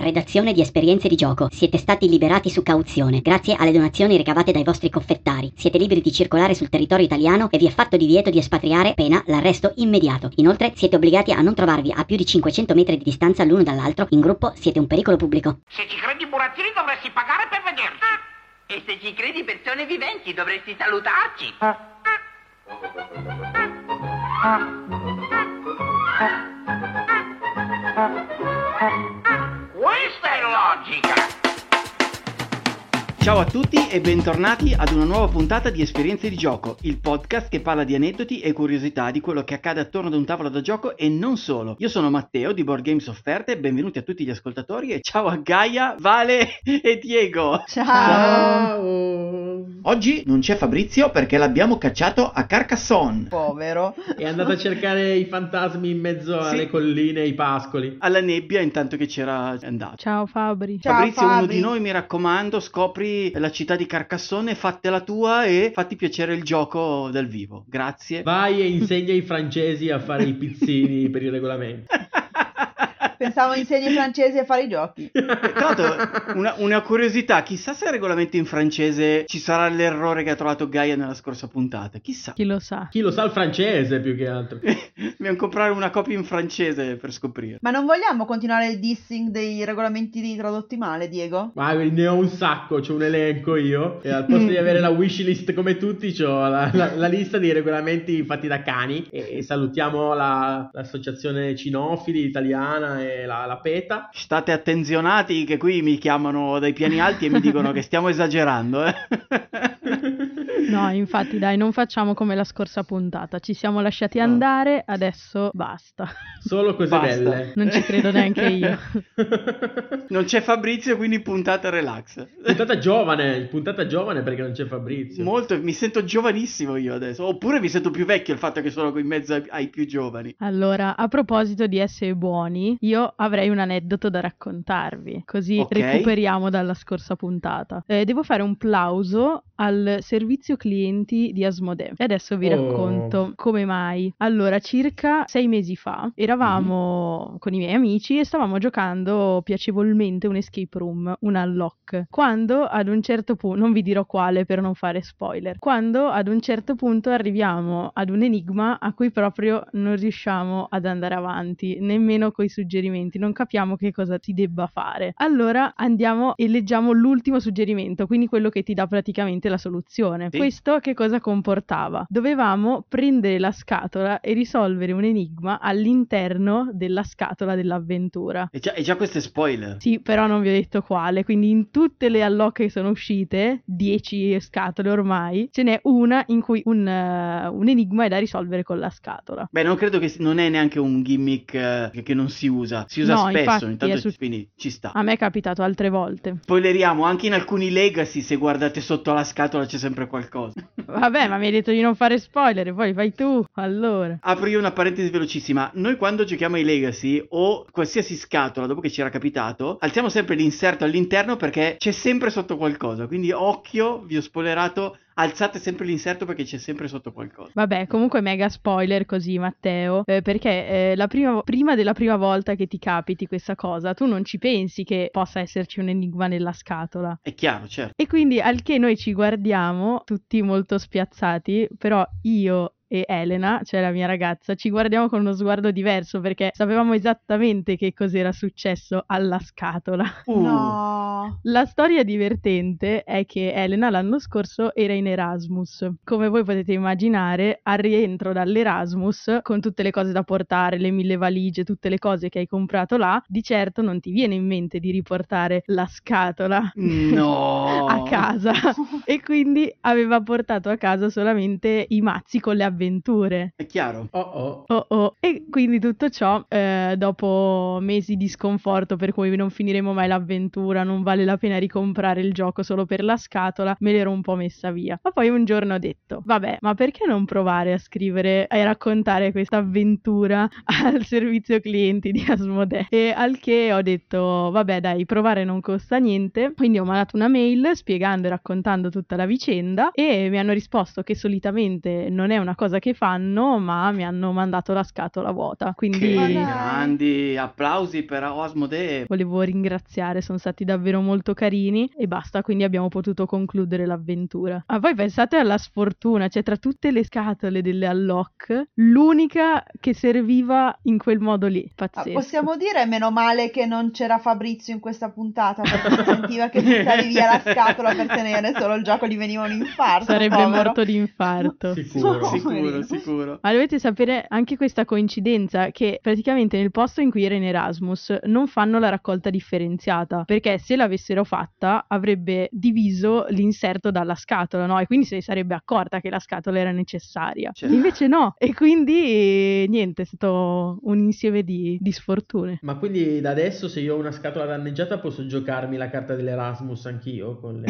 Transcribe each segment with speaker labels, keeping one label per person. Speaker 1: Redazione di esperienze di gioco. Siete stati liberati su cauzione grazie alle donazioni ricavate dai vostri coffettari. Siete liberi di circolare sul territorio italiano e vi è fatto divieto di espatriare pena l'arresto immediato. Inoltre siete obbligati a non trovarvi a più di 500 metri di distanza l'uno dall'altro. In gruppo siete un pericolo pubblico.
Speaker 2: Se ci credi burattini dovresti pagare per vederti.
Speaker 3: E se ci credi persone viventi dovresti salutarci.
Speaker 2: Ah. Ah. Questa è logica.
Speaker 4: Ciao a tutti e bentornati ad una nuova puntata di Esperienze di gioco, il podcast che parla di aneddoti e curiosità di quello che accade attorno ad un tavolo da gioco e non solo. Io sono Matteo di Board Games Offerte, benvenuti a tutti gli ascoltatori e ciao a Gaia, Vale e Diego.
Speaker 5: Ciao.
Speaker 4: Oggi non c'è Fabrizio perché l'abbiamo cacciato a Carcassonne,
Speaker 5: Povero.
Speaker 6: È andato a cercare i fantasmi in mezzo
Speaker 4: Sì.
Speaker 6: alle colline, ai pascoli.
Speaker 4: alla nebbia intanto che c'era andato.
Speaker 7: Ciao Fabri.
Speaker 5: Ciao,
Speaker 4: Fabrizio, uno
Speaker 5: Fabri.
Speaker 4: di noi, mi raccomando, scopri la città di Carcassonne, fattela tua e fatti piacere il gioco dal vivo. Grazie.
Speaker 6: Vai e insegna ai francesi a fare i pizzini per i regolamenti.
Speaker 5: Pensavo insegni i francesi a fare i giochi.
Speaker 4: Tra l'altro, una, una curiosità, chissà se il regolamento in francese ci sarà l'errore che ha trovato Gaia nella scorsa puntata, chissà.
Speaker 7: Chi lo sa?
Speaker 6: Chi lo sa il francese più che altro.
Speaker 4: Dobbiamo comprare una copia in francese per scoprire.
Speaker 5: Ma non vogliamo continuare il dissing dei regolamenti di- tradotti male, Diego?
Speaker 6: Ma ne ho un sacco, c'ho un elenco io. E al posto di
Speaker 4: Mm.
Speaker 6: avere la wishlist come tutti, c'ho la, la- la lista dei regolamenti fatti da cani. E, e salutiamo la- l'associazione cinofili italiana e la, la PETA.
Speaker 4: State attenzionati che qui mi chiamano dai piani alti e mi dicono che stiamo esagerando. eh.
Speaker 7: No, infatti, dai, non facciamo come la scorsa puntata. Ci siamo lasciati andare, adesso basta.
Speaker 6: Solo cose
Speaker 4: Basta.
Speaker 6: belle.
Speaker 7: Non ci credo neanche io.
Speaker 4: Non c'è Fabrizio, quindi puntata relax.
Speaker 6: puntata giovane, puntata giovane perché non c'è Fabrizio.
Speaker 4: Molto, mi sento giovanissimo io adesso. Oppure mi sento più vecchio il fatto che sono qui in mezzo ai, ai più giovani.
Speaker 7: Allora, a proposito di essere buoni, io avrei un aneddoto da raccontarvi, così
Speaker 4: Ok.
Speaker 7: recuperiamo dalla scorsa puntata. Eh, devo fare un plauso al servizio clienti di Asmodee. E adesso vi
Speaker 6: Oh.
Speaker 7: racconto come mai. Allora, circa sei mesi fa eravamo con i miei amici e stavamo giocando piacevolmente un escape room, un unlock, quando ad un certo punto, non vi dirò quale per non fare spoiler, quando ad un certo punto arriviamo ad un enigma a cui proprio non riusciamo ad andare avanti, nemmeno coi suggerimenti, non capiamo che cosa si debba fare. Allora andiamo e leggiamo l'ultimo suggerimento, quindi quello che ti dà praticamente la soluzione.
Speaker 4: Sì.
Speaker 7: Questo che cosa comportava? Dovevamo prendere la scatola e risolvere un enigma all'interno della scatola dell'avventura.
Speaker 4: E già, e già questo è spoiler.
Speaker 7: Sì, però non vi ho detto quale, quindi in tutte le alloc che sono uscite, 10 scatole ormai, ce n'è una in cui un, eh, un enigma è da risolvere con la scatola.
Speaker 4: Beh, non credo che si- non è neanche un gimmick eh, che- che non si usa. Si usa
Speaker 7: No, infatti,
Speaker 4: spesso,
Speaker 7: è
Speaker 4: intanto
Speaker 7: su-
Speaker 4: quindi ci sta.
Speaker 7: A me è capitato altre volte.
Speaker 4: Spoileriamo anche in alcuni legacy, se guardate sotto la scatola c'è sempre qualcosa.
Speaker 7: Vabbè, ma mi hai detto di non fare spoiler, poi fai tu. Allora.
Speaker 4: Apri una parentesi velocissima. Noi quando giochiamo ai Legacy o qualsiasi scatola, dopo che ci era capitato, alziamo sempre l'inserto all'interno perché c'è sempre sotto qualcosa. Quindi occhio, vi ho spoilerato, alzate sempre l'inserto perché c'è sempre sotto qualcosa.
Speaker 7: Vabbè, comunque mega spoiler così, Matteo, eh, perché eh, la prima, prima della prima volta che ti capiti questa cosa, tu non ci pensi che possa esserci un enigma nella scatola.
Speaker 4: È chiaro, certo.
Speaker 7: E quindi al che noi ci guardiamo, tutti molto spiazzati, però io e Elena, cioè la mia ragazza, ci guardiamo con uno sguardo diverso perché sapevamo esattamente che cos'era successo alla scatola.
Speaker 4: Uh,
Speaker 5: No.
Speaker 7: La storia divertente è che Elena l'anno scorso era in Erasmus. Come voi potete immaginare, al rientro dall'Erasmus, con tutte le cose da portare, le mille valigie, tutte le cose che hai comprato là, di certo non ti viene in mente di riportare la scatola
Speaker 4: Uh, No.
Speaker 7: a casa e quindi aveva portato a casa solamente i mazzi con le avventure.
Speaker 4: È chiaro?
Speaker 6: Oh oh.
Speaker 7: Oh oh. E quindi tutto ciò, eh, dopo mesi di sconforto per cui non finiremo mai l'avventura, non vale la pena ricomprare il gioco solo per la scatola, me l'ero un po' messa via. Ma poi un giorno ho detto, vabbè, ma perché non provare a scrivere e raccontare questa avventura al servizio clienti di Asmodee? E al che ho detto, vabbè dai, provare non costa niente, quindi ho mandato una mail spiegando e raccontando tutta la vicenda e mi hanno risposto che solitamente non è una cosa che fanno, ma mi hanno mandato la scatola vuota. Quindi...
Speaker 4: Che
Speaker 5: Ma dai.
Speaker 4: grandi applausi per Osmode.
Speaker 7: Volevo ringraziare, sono stati davvero molto carini e basta, quindi abbiamo potuto concludere l'avventura. Ma voi pensate alla sfortuna, cioè tra tutte le scatole delle Alloc, l'unica che serviva in quel modo lì,
Speaker 5: Ah,
Speaker 7: pazzesco.
Speaker 5: Possiamo dire meno male che non c'era Fabrizio in questa puntata perché sentiva che buttavi via la scatola per tenere solo il gioco gli veniva un infarto.
Speaker 7: Sarebbe
Speaker 5: povero.
Speaker 7: morto di infarto.
Speaker 6: Sicuro.
Speaker 4: Sicuro,
Speaker 5: Poverino.
Speaker 4: sicuro.
Speaker 7: Ma dovete sapere anche questa coincidenza che praticamente nel posto in cui era in Erasmus non fanno la raccolta differenziata perché se l'avessero fatta avrebbe diviso l'inserto dalla scatola no? e quindi si sarebbe accorta che la scatola era necessaria.
Speaker 4: Certo.
Speaker 7: Invece no e quindi eh, niente è stato un insieme di, di sfortune.
Speaker 6: Ma quindi da adesso se io ho una scatola danneggiata posso giocarmi la carta dell'Erasmus anch'io con le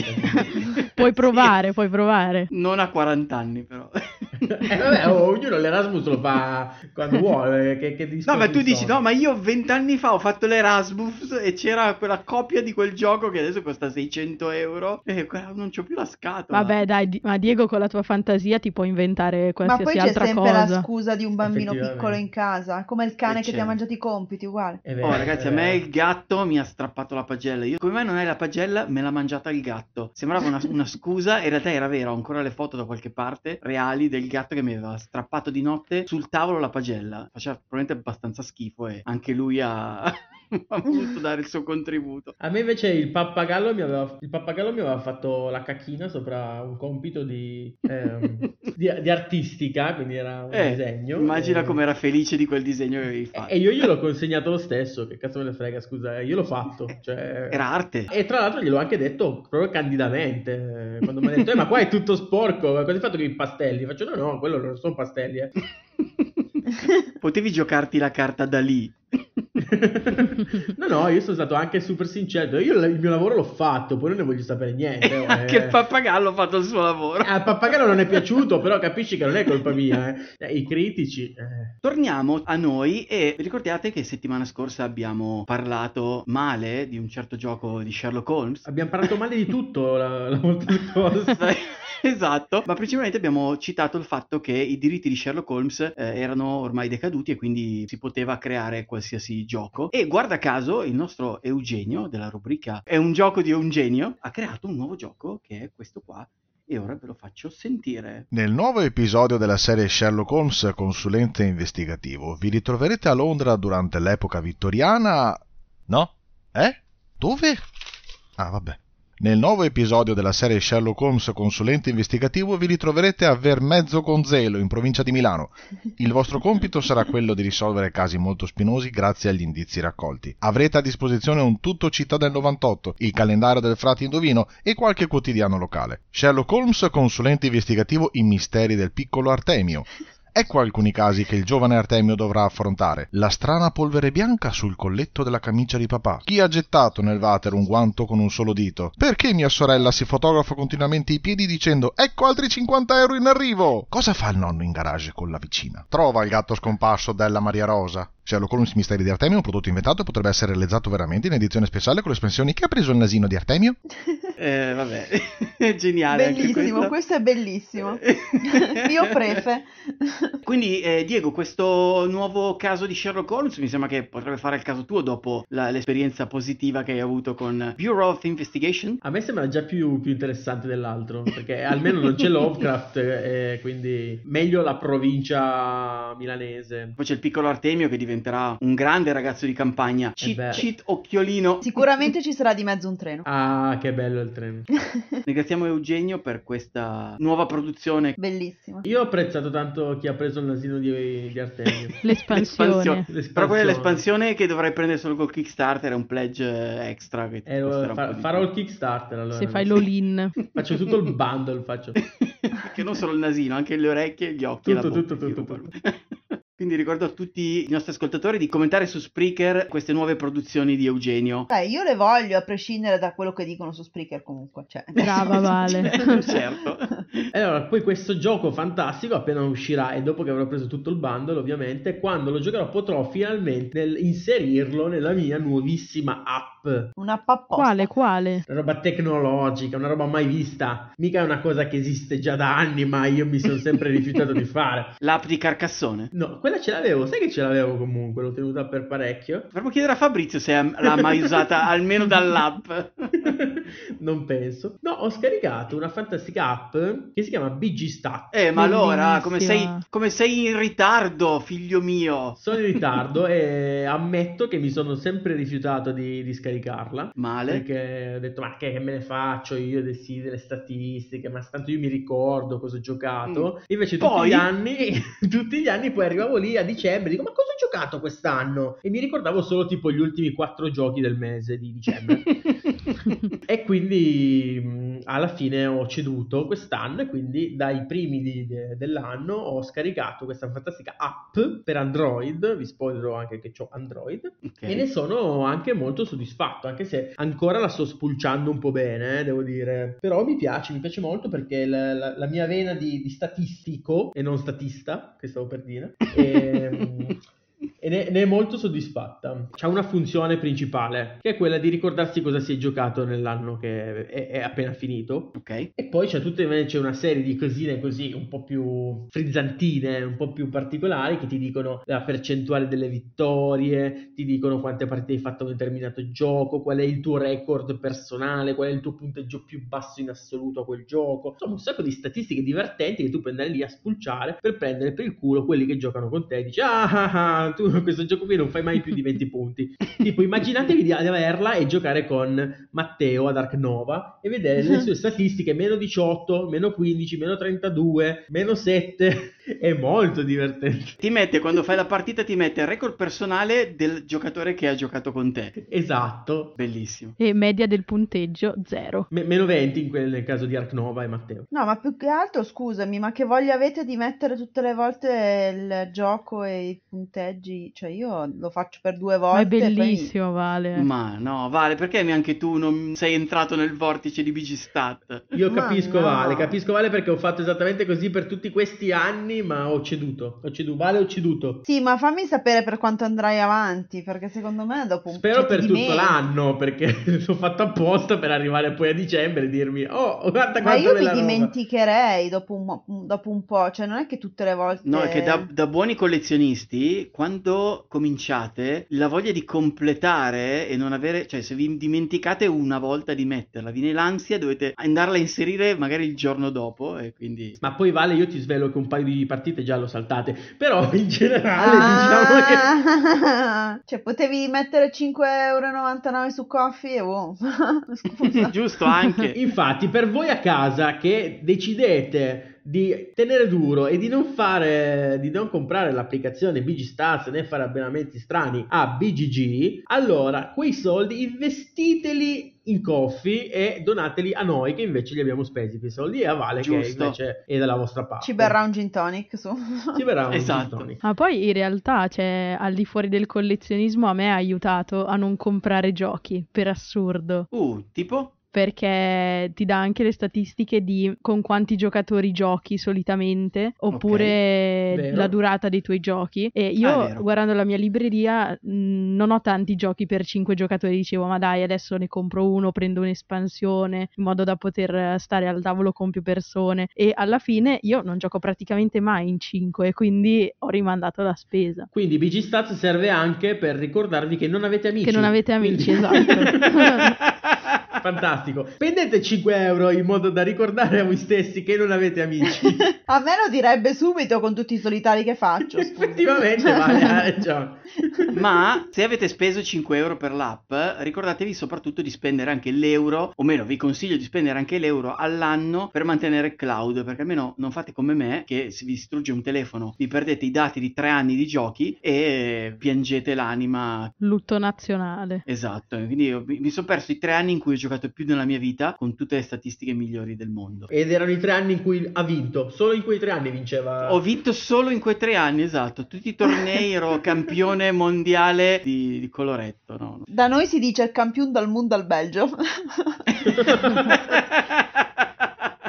Speaker 7: Puoi
Speaker 4: Sì.
Speaker 7: provare, puoi provare.
Speaker 4: Non a 40 anni però.
Speaker 6: Eh vabbè, oh, ognuno l'Erasmus lo fa quando vuole, che, che
Speaker 4: No, ma tu
Speaker 6: discorsi
Speaker 4: dici,
Speaker 6: sono?
Speaker 4: no, ma io vent'anni fa ho fatto l'Erasmus e c'era quella copia di quel gioco che adesso costa 600 euro e quella- non c'ho più la scatola.
Speaker 7: Vabbè dai, Di- ma Diego con la tua fantasia ti può inventare
Speaker 5: Ma poi
Speaker 7: qualsiasi
Speaker 5: c'è
Speaker 7: altra
Speaker 5: sempre la
Speaker 7: cosa.
Speaker 5: scusa di un bambino
Speaker 6: Effettivamente.
Speaker 5: piccolo in casa, come il cane
Speaker 4: E
Speaker 5: che ti
Speaker 4: c'è.
Speaker 5: ha mangiato i compiti, uguale.
Speaker 6: È vero,
Speaker 4: Oh ragazzi,
Speaker 6: è
Speaker 4: a me
Speaker 6: vero.
Speaker 4: il gatto mi ha strappato la pagella. Io, come mai non hai la pagella? Me l'ha mangiata il gatto. Sembrava una, una scusa, in realtà era vero. Ho ancora le foto da qualche parte reali del gatto che mi aveva strappato di notte sul tavolo la pagella. Faceva probabilmente abbastanza schifo e anche lui ha, ha voluto dare il suo contributo.
Speaker 6: A me invece il pappagallo mi aveva, il pappagallo mi aveva fatto la cacchina sopra un compito di, ehm, di- di artistica, quindi era un
Speaker 4: Eh,
Speaker 6: disegno.
Speaker 4: immagina
Speaker 6: e-
Speaker 4: come era felice di quel disegno che avevi
Speaker 6: e-
Speaker 4: fatto.
Speaker 6: E io gliel'ho consegnato lo stesso, che cazzo me ne frega, scusa, eh, io l'ho fatto. Cioè...
Speaker 4: Era arte.
Speaker 6: E tra l'altro gliel'ho anche detto proprio candidamente, eh, quando mi ha detto, "Eh, ma qua è tutto sporco, ma cosa hai fatto con i pastelli? Faccio, no, no, quello non sono pastelli, eh."
Speaker 4: Potevi giocarti la carta da lì.
Speaker 6: no, no, io sono stato anche super sincero, io il mio lavoro l'ho fatto, poi non ne voglio sapere niente. oh,
Speaker 4: Anche il
Speaker 6: eh.
Speaker 4: pappagallo ha fatto il suo lavoro.
Speaker 6: Al pappagallo non è piaciuto, però capisci che non è colpa mia. eh. Eh, I critici. eh.
Speaker 4: Torniamo a noi e vi ricordate che settimana scorsa abbiamo parlato male di un certo gioco di Sherlock Holmes?
Speaker 6: Abbiamo parlato male di tutto la, la volta scorsa.
Speaker 4: esatto, ma principalmente abbiamo citato il fatto che i diritti di Sherlock Holmes eh, erano ormai decaduti e quindi si poteva creare qualsiasi gioco. E guarda caso, il nostro Eugenio della rubrica È un gioco di Eugenio ha creato un nuovo gioco che è questo qua e ora ve lo faccio sentire.
Speaker 8: Nel nuovo episodio della serie Sherlock Holmes Consulente Investigativo vi ritroverete a Londra durante l'epoca vittoriana. No? Eh? Dove? Ah, vabbè. Nel nuovo episodio della serie Sherlock Holmes Consulente Investigativo vi ritroverete a Vermezzo Conzelo, in provincia di Milano. Il vostro compito sarà quello di risolvere casi molto spinosi grazie agli indizi raccolti. Avrete a disposizione un tutto città del 98, il calendario del frate indovino e qualche quotidiano locale. Sherlock Holmes, consulente investigativo in misteri del piccolo Artemio. Ecco alcuni casi che il giovane Artemio dovrà affrontare. La strana polvere bianca sul colletto della camicia di papà. Chi ha gettato nel water un guanto con un solo dito? Perché mia sorella si fotografa continuamente i piedi dicendo Ecco altri 50 euro in arrivo? Cosa fa il nonno in garage con la vicina? Trova il gatto scomparso della Maria Rosa. Sherlock Holmes Misteri di Artemio è un prodotto inventato e potrebbe essere realizzato veramente in edizione speciale con le espansioni Chi ha preso il nasino di Artemio?
Speaker 4: Eh, vabbè, è geniale. anche questo.
Speaker 5: Bellissimo, questo è bellissimo. Mio prefe.
Speaker 4: Quindi, eh, Diego, questo nuovo caso di Sherlock Holmes mi sembra che potrebbe fare il caso tuo dopo la- l'esperienza positiva che hai avuto con Bureau of Investigation.
Speaker 6: A me sembra già più, più interessante dell'altro, perché almeno non c'è Lovecraft, eh, quindi meglio la provincia milanese.
Speaker 4: Poi c'è il piccolo Artemio che diventerà un grande ragazzo di campagna.
Speaker 6: beh.
Speaker 4: Cit, cit, occhiolino.
Speaker 5: Sicuramente ci sarà di mezzo un treno.
Speaker 6: Ah, che bello il treno.
Speaker 4: Ringraziamo Eugenio per questa nuova produzione.
Speaker 5: Bellissimo.
Speaker 6: Io ho apprezzato tanto chi ha preso il nasino di, di Artemio.
Speaker 7: L'espansione.
Speaker 6: L'espansione.
Speaker 4: Però quella è l'espansione che dovrei prendere solo col Kickstarter, è un pledge eh, extra che ti
Speaker 6: Eh, lo-
Speaker 4: costerà un
Speaker 6: fa-
Speaker 4: po' di
Speaker 6: farò
Speaker 4: più.
Speaker 6: il Kickstarter allora.
Speaker 7: Se fai l'all-in.
Speaker 6: Faccio tutto il bundle, faccio.
Speaker 4: occhio, non solo il nasino, anche le orecchie, gli occhi. e la
Speaker 6: Tutto,
Speaker 4: bocca,
Speaker 6: tutto,
Speaker 4: ti
Speaker 6: tutto,
Speaker 4: rubo. Quindi ricordo a tutti i nostri ascoltatori di commentare su Spreaker queste nuove produzioni di Eugenio.
Speaker 5: Beh, io le voglio a prescindere da quello che dicono su Spreaker comunque. Cioè,
Speaker 7: Brava Vale.
Speaker 4: Certo, certo.
Speaker 6: E allora, poi questo gioco fantastico appena uscirà e dopo che avrò preso tutto il bundle, ovviamente, quando lo giocherò potrò finalmente nel- inserirlo nella mia nuovissima app.
Speaker 5: Una papposta.
Speaker 7: Quale, quale?
Speaker 6: Una roba tecnologica, una roba mai vista. Mica è una cosa che esiste già da anni, ma io mi sono sempre rifiutato di fare.
Speaker 4: L'app di Carcassone.
Speaker 6: No, quella ce l'avevo, sai che ce l'avevo comunque, l'ho tenuta per parecchio.
Speaker 4: Dovremmo chiedere a Fabrizio se l'ha mai usata almeno dall'app.
Speaker 6: non penso. No, ho scaricato una fantastica app che si chiama BG Stat.
Speaker 4: Eh, ma allora,
Speaker 7: Bellissima.
Speaker 4: come sei, come sei in ritardo, figlio mio?
Speaker 6: Sono in ritardo e ammetto che mi sono sempre rifiutato di, di scaricarla.
Speaker 4: Male.
Speaker 6: Perché ho detto, ma che, che me ne faccio io dei sì, delle statistiche? Ma tanto io mi ricordo cosa ho giocato. Invece
Speaker 4: Mm. Poi?
Speaker 6: tutti gli anni, tutti gli anni poi arrivavo lì a dicembre e dico, ma cosa ho giocato quest'anno? E mi ricordavo solo tipo gli ultimi quattro giochi del mese di dicembre. E quindi mh, alla fine ho ceduto quest'anno e quindi dai primi di- de- dell'anno ho scaricato questa fantastica app per Android, vi spoilerò anche che ho Android
Speaker 4: Ok.
Speaker 6: e ne sono anche molto soddisfatto, anche se ancora la sto spulciando un po' bene, eh, devo dire, però mi piace, mi piace molto perché la, la- la mia vena di, di statistico e non statista, che stavo per dire, ehm, e ne, ne è molto soddisfatta. C'ha una funzione principale, che è quella di ricordarsi cosa si è giocato nell'anno che è, è appena finito.
Speaker 4: Ok.
Speaker 6: E poi c'è tutta invece una serie di cosine così un po' più frizzantine, un po' più particolari che ti dicono la percentuale delle vittorie, ti dicono quante partite hai fatto a un determinato gioco, qual è il tuo record personale, qual è il tuo punteggio più basso in assoluto a quel gioco. Insomma, un sacco di statistiche divertenti che tu puoi andare lì a spulciare per prendere per il culo quelli che giocano con te e dici "Ah, ah, ah, tu in questo gioco qui non fai mai più di 20 punti". Tipo, immaginatevi di, di averla e giocare con Matteo ad Ark Nova e vedere le sue statistiche meno 18, meno 15, meno 32, meno 7. È molto divertente.
Speaker 4: Ti mette, quando fai la partita, ti mette il record personale del giocatore che ha giocato con te.
Speaker 6: Esatto.
Speaker 4: Bellissimo.
Speaker 7: E media del punteggio, zero.
Speaker 6: Me- meno 20 in quel, nel caso di Ark Nova e Matteo.
Speaker 5: No, ma più che altro, scusami, ma che voglia avete di mettere tutte le volte il gioco e i punteggi? Cioè, io lo faccio per due
Speaker 7: Ma è
Speaker 5: volte. poi-
Speaker 7: bellissimo, Vale.
Speaker 4: Ma no, Vale, perché neanche tu non sei entrato nel vortice di Bigistat?
Speaker 6: Io
Speaker 5: Ma
Speaker 6: capisco
Speaker 5: no.
Speaker 6: Vale, capisco Vale perché ho fatto esattamente così per tutti questi anni, ma ho ceduto. Ho ceduto, Vale ho ceduto.
Speaker 5: Sì, ma fammi sapere per quanto andrai avanti, perché secondo me dopo un cioè,
Speaker 6: Spero
Speaker 5: ti
Speaker 6: per tutto
Speaker 5: dimentichi.
Speaker 6: l'anno, perché l'ho fatto apposta per arrivare poi a dicembre e dirmi, oh, guarda
Speaker 5: Ma
Speaker 6: quanto
Speaker 5: io mi
Speaker 6: bella roba."
Speaker 5: dimenticherei dopo un, mo- dopo un po', cioè non è che tutte le volte...
Speaker 4: No, è che da,
Speaker 5: Eh.
Speaker 4: da buoni collezionisti, quando cominciate, la voglia di completare e non avere, cioè se vi dimenticate una volta di metterla, viene l'ansia, dovete andarla a inserire magari il giorno dopo e quindi...
Speaker 6: Ma poi Vale, io ti svelo che un paio di partite già lo saltate, però in generale diciamo che...
Speaker 5: Ah, cioè potevi mettere 5,99€ su Coffee e boh, scusa.
Speaker 4: Giusto anche.
Speaker 6: Infatti, per voi a casa che decidete di tenere duro e di non fare di non comprare l'applicazione BG Stats né fare abbonamenti strani a BGG, allora quei soldi investiteli in coffee e donateli a noi che invece li abbiamo spesi quei soldi e a Vale che
Speaker 4: Giusto.
Speaker 6: invece è dalla vostra parte.
Speaker 5: Ci berrà un gin tonic su.
Speaker 6: Ci verrà un gin
Speaker 4: Esatto.
Speaker 6: tonic.
Speaker 7: Ma Ah, poi in realtà, cioè, al di fuori del collezionismo, a me ha aiutato a non comprare giochi, per assurdo.
Speaker 4: Uh, tipo?
Speaker 7: perché ti dà anche le statistiche di con quanti giocatori giochi solitamente, oppure
Speaker 6: Vero.
Speaker 7: la durata dei tuoi giochi. E
Speaker 4: Ah, è
Speaker 7: io,
Speaker 4: vero.
Speaker 7: guardando la mia libreria, mh, non ho tanti giochi per 5 giocatori, dicevo, ma dai, adesso ne compro uno, prendo un'espansione, in modo da poter stare al tavolo con più persone. E alla fine io non gioco praticamente mai in 5, quindi ho rimandato la spesa.
Speaker 6: Quindi BG Stats serve anche per ricordarvi che non avete amici.
Speaker 7: Che non avete amici,
Speaker 6: Quindi-
Speaker 7: esatto.
Speaker 6: Fantastico. Spendete 5 euro in modo da ricordare a voi stessi che non avete amici.
Speaker 5: A me lo direbbe subito con tutti i solitari che faccio. scusa.
Speaker 6: Effettivamente, vale, eh. ha ragione.
Speaker 4: Ma se avete speso 5 euro per l'app, ricordatevi soprattutto di spendere anche l'euro, o meno vi consiglio di spendere anche l'euro all'anno per mantenere cloud, perché almeno non fate come me, che se vi distrugge un telefono vi perdete i dati di tre anni di giochi e piangete l'anima.
Speaker 7: Lutto nazionale.
Speaker 4: Esatto, quindi io mi, mi sono perso i tre anni in cui ho giocato più nella mia vita con tutte le statistiche migliori del mondo.
Speaker 6: Ed erano i tre anni in cui ha vinto. Solo in quei tre anni vinceva.
Speaker 4: Ho vinto solo in quei tre anni, esatto. Tutti i tornei ero campione mondiale di, di coloretto. No?
Speaker 5: Da noi si dice il campione dal mondo al Belgio.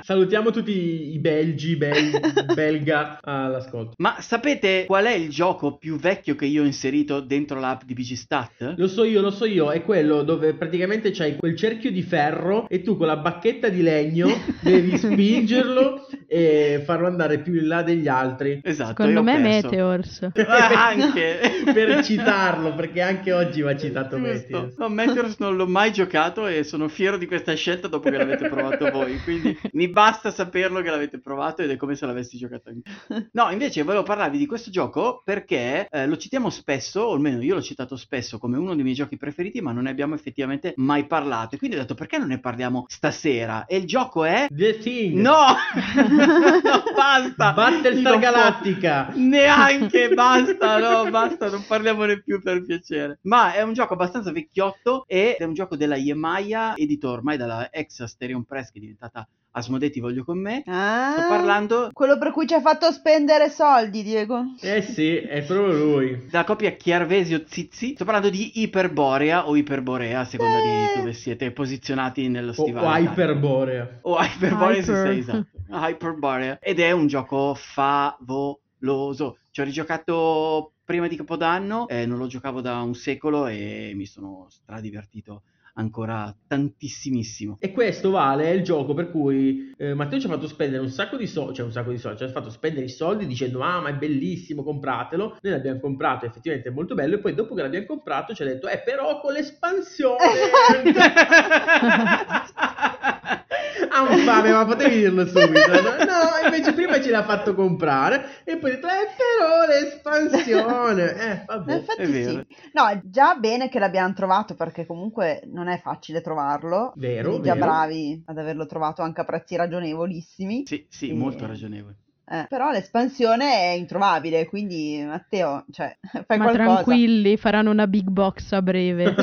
Speaker 6: Salutiamo tutti i belgi, bel- belga all'ascolto.
Speaker 4: Ma sapete qual è il gioco più vecchio che io ho inserito dentro l'app di BG Stat?
Speaker 6: Lo so io, lo so io, è quello dove praticamente c'hai quel cerchio di ferro e tu con la bacchetta di legno devi spingerlo e farlo andare più in là degli altri.
Speaker 4: Esatto, io
Speaker 7: Secondo
Speaker 4: ho
Speaker 7: me
Speaker 4: perso.
Speaker 7: Meteors.
Speaker 4: Ah, anche
Speaker 6: Per citarlo, perché anche oggi va citato
Speaker 4: Giusto.
Speaker 6: Meteors.
Speaker 4: No, Meteors non l'ho mai giocato e sono fiero di questa scelta dopo che l'avete provato voi. Quindi mi basta saperlo che l'avete provato ed è come se l'avessi giocato anche. No, invece volevo parlarvi di questo gioco perché eh, lo citiamo spesso, o almeno io l'ho citato spesso come uno dei miei giochi preferiti, ma non ne abbiamo effettivamente mai parlato. E quindi ho detto perché non ne parliamo stasera? E il gioco è.
Speaker 6: The Thing.
Speaker 4: No! no, basta!
Speaker 6: Battlestar
Speaker 4: Non po-
Speaker 6: Galactica.
Speaker 4: Neanche, basta, no, basta, non parliamone più per piacere. Ma è un gioco abbastanza vecchiotto ed è un gioco della Yemaya, edito ormai dalla ex Asterion Press che è diventata Asmodee ti voglio con me.
Speaker 5: Ah,
Speaker 4: Sto parlando
Speaker 5: Quello per cui ci ha fatto spendere soldi, Diego.
Speaker 6: Eh sì, è proprio lui.
Speaker 4: della coppia Chiarvesio Zizzi. Sto parlando di Iperborea o Iperborea, a seconda
Speaker 5: Eh.
Speaker 4: di dove siete posizionati nello
Speaker 6: O,
Speaker 4: stivale.
Speaker 6: o Hyperborea.
Speaker 4: o Hyperborea se
Speaker 7: Hyper.
Speaker 4: sei esatto. Hyperborea. Ed è un gioco favoloso. Ci ho rigiocato prima di Capodanno, eh, non lo giocavo da un secolo e mi sono stradivertito ancora tantissimissimo.
Speaker 6: E questo vale è il gioco per cui eh, Matteo ci ha fatto spendere un sacco di soldi, cioè un sacco di soldi, ci ha fatto spendere i soldi dicendo ah ma è bellissimo, compratelo. Noi l'abbiamo comprato, effettivamente è molto bello e poi dopo che l'abbiamo comprato ci ha detto eh però con l'espansione Esatto. ha un fame, ma potevi dirlo subito. No, No, invece prima ce l'ha fatto comprare e poi ha detto eh però l'espansione. Eh
Speaker 5: Ma
Speaker 6: vabbè.
Speaker 4: è
Speaker 5: Infatti
Speaker 4: vero.
Speaker 5: sì. No, è già bene che l'abbiamo trovato perché comunque non è facile trovarlo.
Speaker 6: Vero,
Speaker 5: Quindi già
Speaker 6: vero.
Speaker 5: bravi ad averlo trovato anche a prezzi ragionevolissimi.
Speaker 4: Sì, sì,
Speaker 5: Eh.
Speaker 4: molto ragionevole.
Speaker 5: Eh, però l'espansione è introvabile, quindi Matteo, cioè, fai
Speaker 7: Ma
Speaker 5: qualcosa.
Speaker 7: tranquilli, faranno una big box a breve.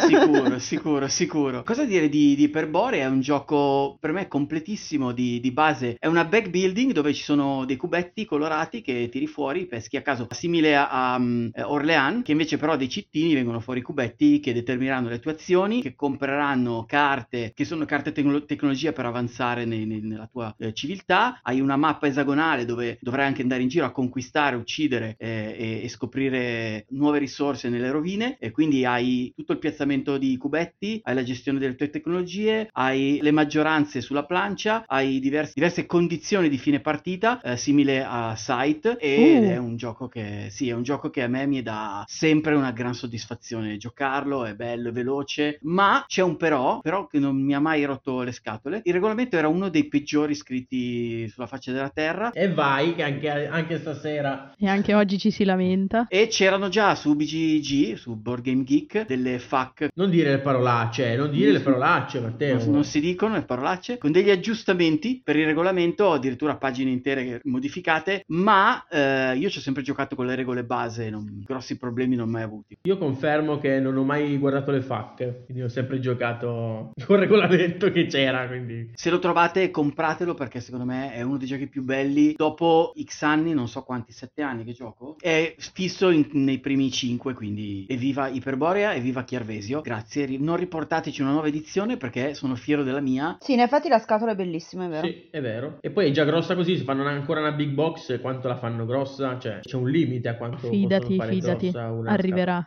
Speaker 4: sicuro, sicuro, sicuro. Cosa dire di, di Iperborea? È un gioco per me completissimo di, di base. È una back building dove ci sono dei cubetti colorati che tiri fuori, peschi a caso, simile a, a, mm, eh, Orlean, che invece però dei cittini vengono fuori cubetti che determineranno le tue azioni, che compreranno carte, che sono carte tecno- tecnologia per avanzare nei- nei- nella tua eh, civiltà. Hai una mappa esagonale dove dovrai anche andare in giro a conquistare, uccidere eh, e, e scoprire nuove risorse nelle rovine. E quindi hai tutto il piazzamento di cubetti, hai la gestione delle tue tecnologie, hai le maggioranze sulla plancia, hai diversi- diverse condizioni di fine partita, eh, simile a Sight. Ed
Speaker 7: Uh.
Speaker 4: è un gioco che sì, è un gioco che a me mi dà sempre una gran soddisfazione giocarlo, è bello, è veloce, ma c'è un però, però che non mi ha mai rotto le scatole. Il regolamento era uno dei peggiori scritti sulla faccia della terra
Speaker 6: E vai che anche, anche stasera
Speaker 7: e anche oggi ci si lamenta.
Speaker 4: e c'erano già su BGG, su Board Game Geek, delle FAQ
Speaker 6: non dire le parolacce, eh, non dire le parolacce Matteo.
Speaker 4: non, non si dicono le parolacce, con degli aggiustamenti per il regolamento, addirittura pagine intere modificate, ma eh, io ci ho sempre giocato con le regole base, non- grossi problemi non ho mai avuti.
Speaker 6: Io confermo che non ho mai guardato le facche, quindi ho sempre giocato col regolamento che c'era, quindi...
Speaker 4: Se lo trovate, compratelo perché secondo me è uno dei giochi più belli. Dopo X anni, non so quanti, 7 anni che gioco, è fisso in- nei primi 5. Quindi evviva Iperborea, evviva Chiarvesio. Grazie, ri- non riportateci una nuova edizione perché sono fiero della mia.
Speaker 5: Sì, in effetti la scatola è bellissima, è vero.
Speaker 6: Sì, è vero. E poi è già grossa così, se fanno una- ancora una big box, quanto la fanno grossa? Cioè, c'è un limite a quanto
Speaker 7: Fidati,
Speaker 6: possono fare
Speaker 7: fidati,
Speaker 6: grossa una
Speaker 7: arriverà.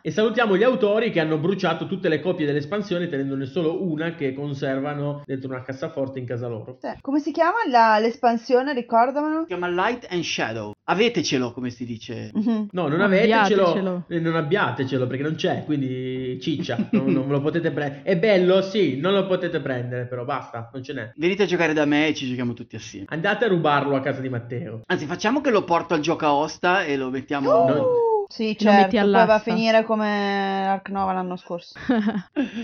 Speaker 6: scatola. E salutiamo gli autori che hanno bruciato tutte le copie dell'espansione, tenendone solo una che conservano dentro una cassaforte in casa loro.
Speaker 5: Sì. Come si chiama la- l'espansione, ricordamelo?
Speaker 4: Si chiama Light and Shadow. Avetecelo, come si dice.
Speaker 5: Mhm.
Speaker 6: No, non
Speaker 7: Abbiatecelo.
Speaker 6: avetecelo, eh, non abbiatecelo perché non c'è, quindi ciccia, non, non ve lo potete prendere. È bello, sì, non lo potete prendere, però basta, non ce n'è.
Speaker 4: Venite a giocare da me e ci giochiamo tutti assieme.
Speaker 6: Andate a rubarlo a casa di Matteo.
Speaker 4: Anzi, facciamo che lo porto al giocaosta e lo mettiamo.
Speaker 6: No.
Speaker 5: Uh, Sì,
Speaker 7: Lo
Speaker 5: certo,
Speaker 7: metti
Speaker 5: poi va a
Speaker 7: all'asta.
Speaker 5: finire come Ark Nova l'anno scorso.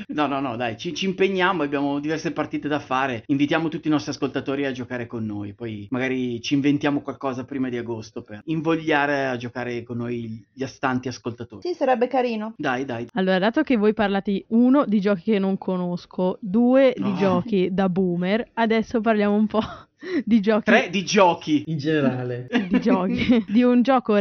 Speaker 4: No, no, no, dai, ci, ci impegniamo, abbiamo diverse partite da fare. Invitiamo tutti i nostri ascoltatori a giocare con noi. Poi magari ci inventiamo qualcosa prima di agosto per invogliare a giocare con noi gli astanti ascoltatori.
Speaker 5: Sì, sarebbe carino.
Speaker 4: Dai, dai.
Speaker 7: Allora, dato che voi parlate, uno, di giochi che non conosco, due, di
Speaker 4: No.
Speaker 7: giochi da boomer, adesso parliamo un po' di giochi...
Speaker 4: Tre di giochi.
Speaker 6: In generale.
Speaker 7: di giochi di un gioco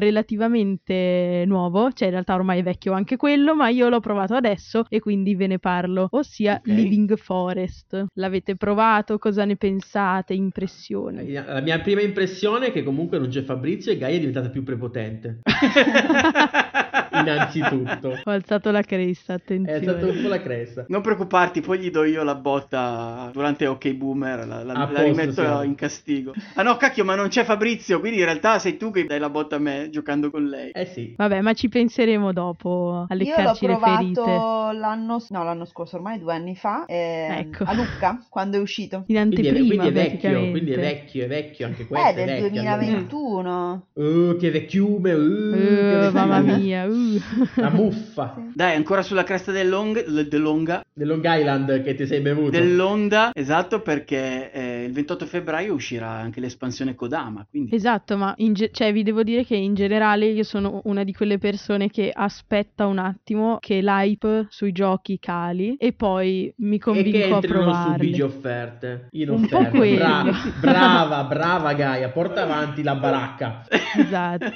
Speaker 7: relativamente nuovo, cioè in realtà ormai è vecchio anche quello, ma io l'ho provato adesso e quindi ve ne parlo, ossia
Speaker 4: Ok.
Speaker 7: Living Forest. L'avete provato? Cosa ne pensate? Impressioni?
Speaker 6: La mia prima impressione è che comunque non c'è Fabrizio e Gaia è diventata più prepotente. Innanzitutto.
Speaker 7: Ho alzato la cresta,
Speaker 6: È stata un
Speaker 7: attenzione.
Speaker 6: po' la cresta.
Speaker 4: Non preoccuparti, poi gli do io la botta durante OK Boomer, la, la-
Speaker 6: A
Speaker 4: la
Speaker 6: posto
Speaker 4: rimetto
Speaker 6: siamo.
Speaker 4: in castigo. Ah no, cacchio, ma non c'è Fabrizio, quindi in realtà sei tu che dai la botta a me giocando con lei.
Speaker 6: Eh sì.
Speaker 7: Vabbè, ma ci penseremo dopo a
Speaker 5: Io l'ho
Speaker 7: leccarci le ferite.
Speaker 5: provato l'anno, no, l'anno scorso, ormai due anni fa, ehm,
Speaker 7: Ecco.
Speaker 5: a Lucca, quando è uscito.
Speaker 7: In
Speaker 6: Quindi è,
Speaker 7: anteprima,
Speaker 6: quindi è vecchio,
Speaker 7: praticamente.
Speaker 6: quindi è vecchio, è vecchio anche questo.
Speaker 5: Eh, del
Speaker 6: è vecchio, allora.
Speaker 5: 2021.
Speaker 6: Uh, che vecchiume, uh, che
Speaker 7: Eh, mamma
Speaker 6: vecchiume.
Speaker 7: mia, uh.
Speaker 6: La muffa
Speaker 4: Dai, ancora sulla cresta dell'ong- dell'onga,
Speaker 6: del Long Island che ti sei bevuto.
Speaker 4: dell'onda, esatto, perché eh, il 28 febbraio uscirà anche l'espansione Kodama, quindi...
Speaker 7: Esatto, ma in ge- cioè, vi devo dire che in generale io sono una di quelle persone che aspetta un attimo che l'hype sui giochi cali e poi mi
Speaker 6: e che
Speaker 7: convinco a
Speaker 6: entrino su
Speaker 7: provarli.
Speaker 6: Bigi Offerte. In
Speaker 7: Un po'
Speaker 6: offerta.
Speaker 7: quello.
Speaker 6: Brava, brava, brava Gaia, porta avanti la baracca.
Speaker 7: Esatto.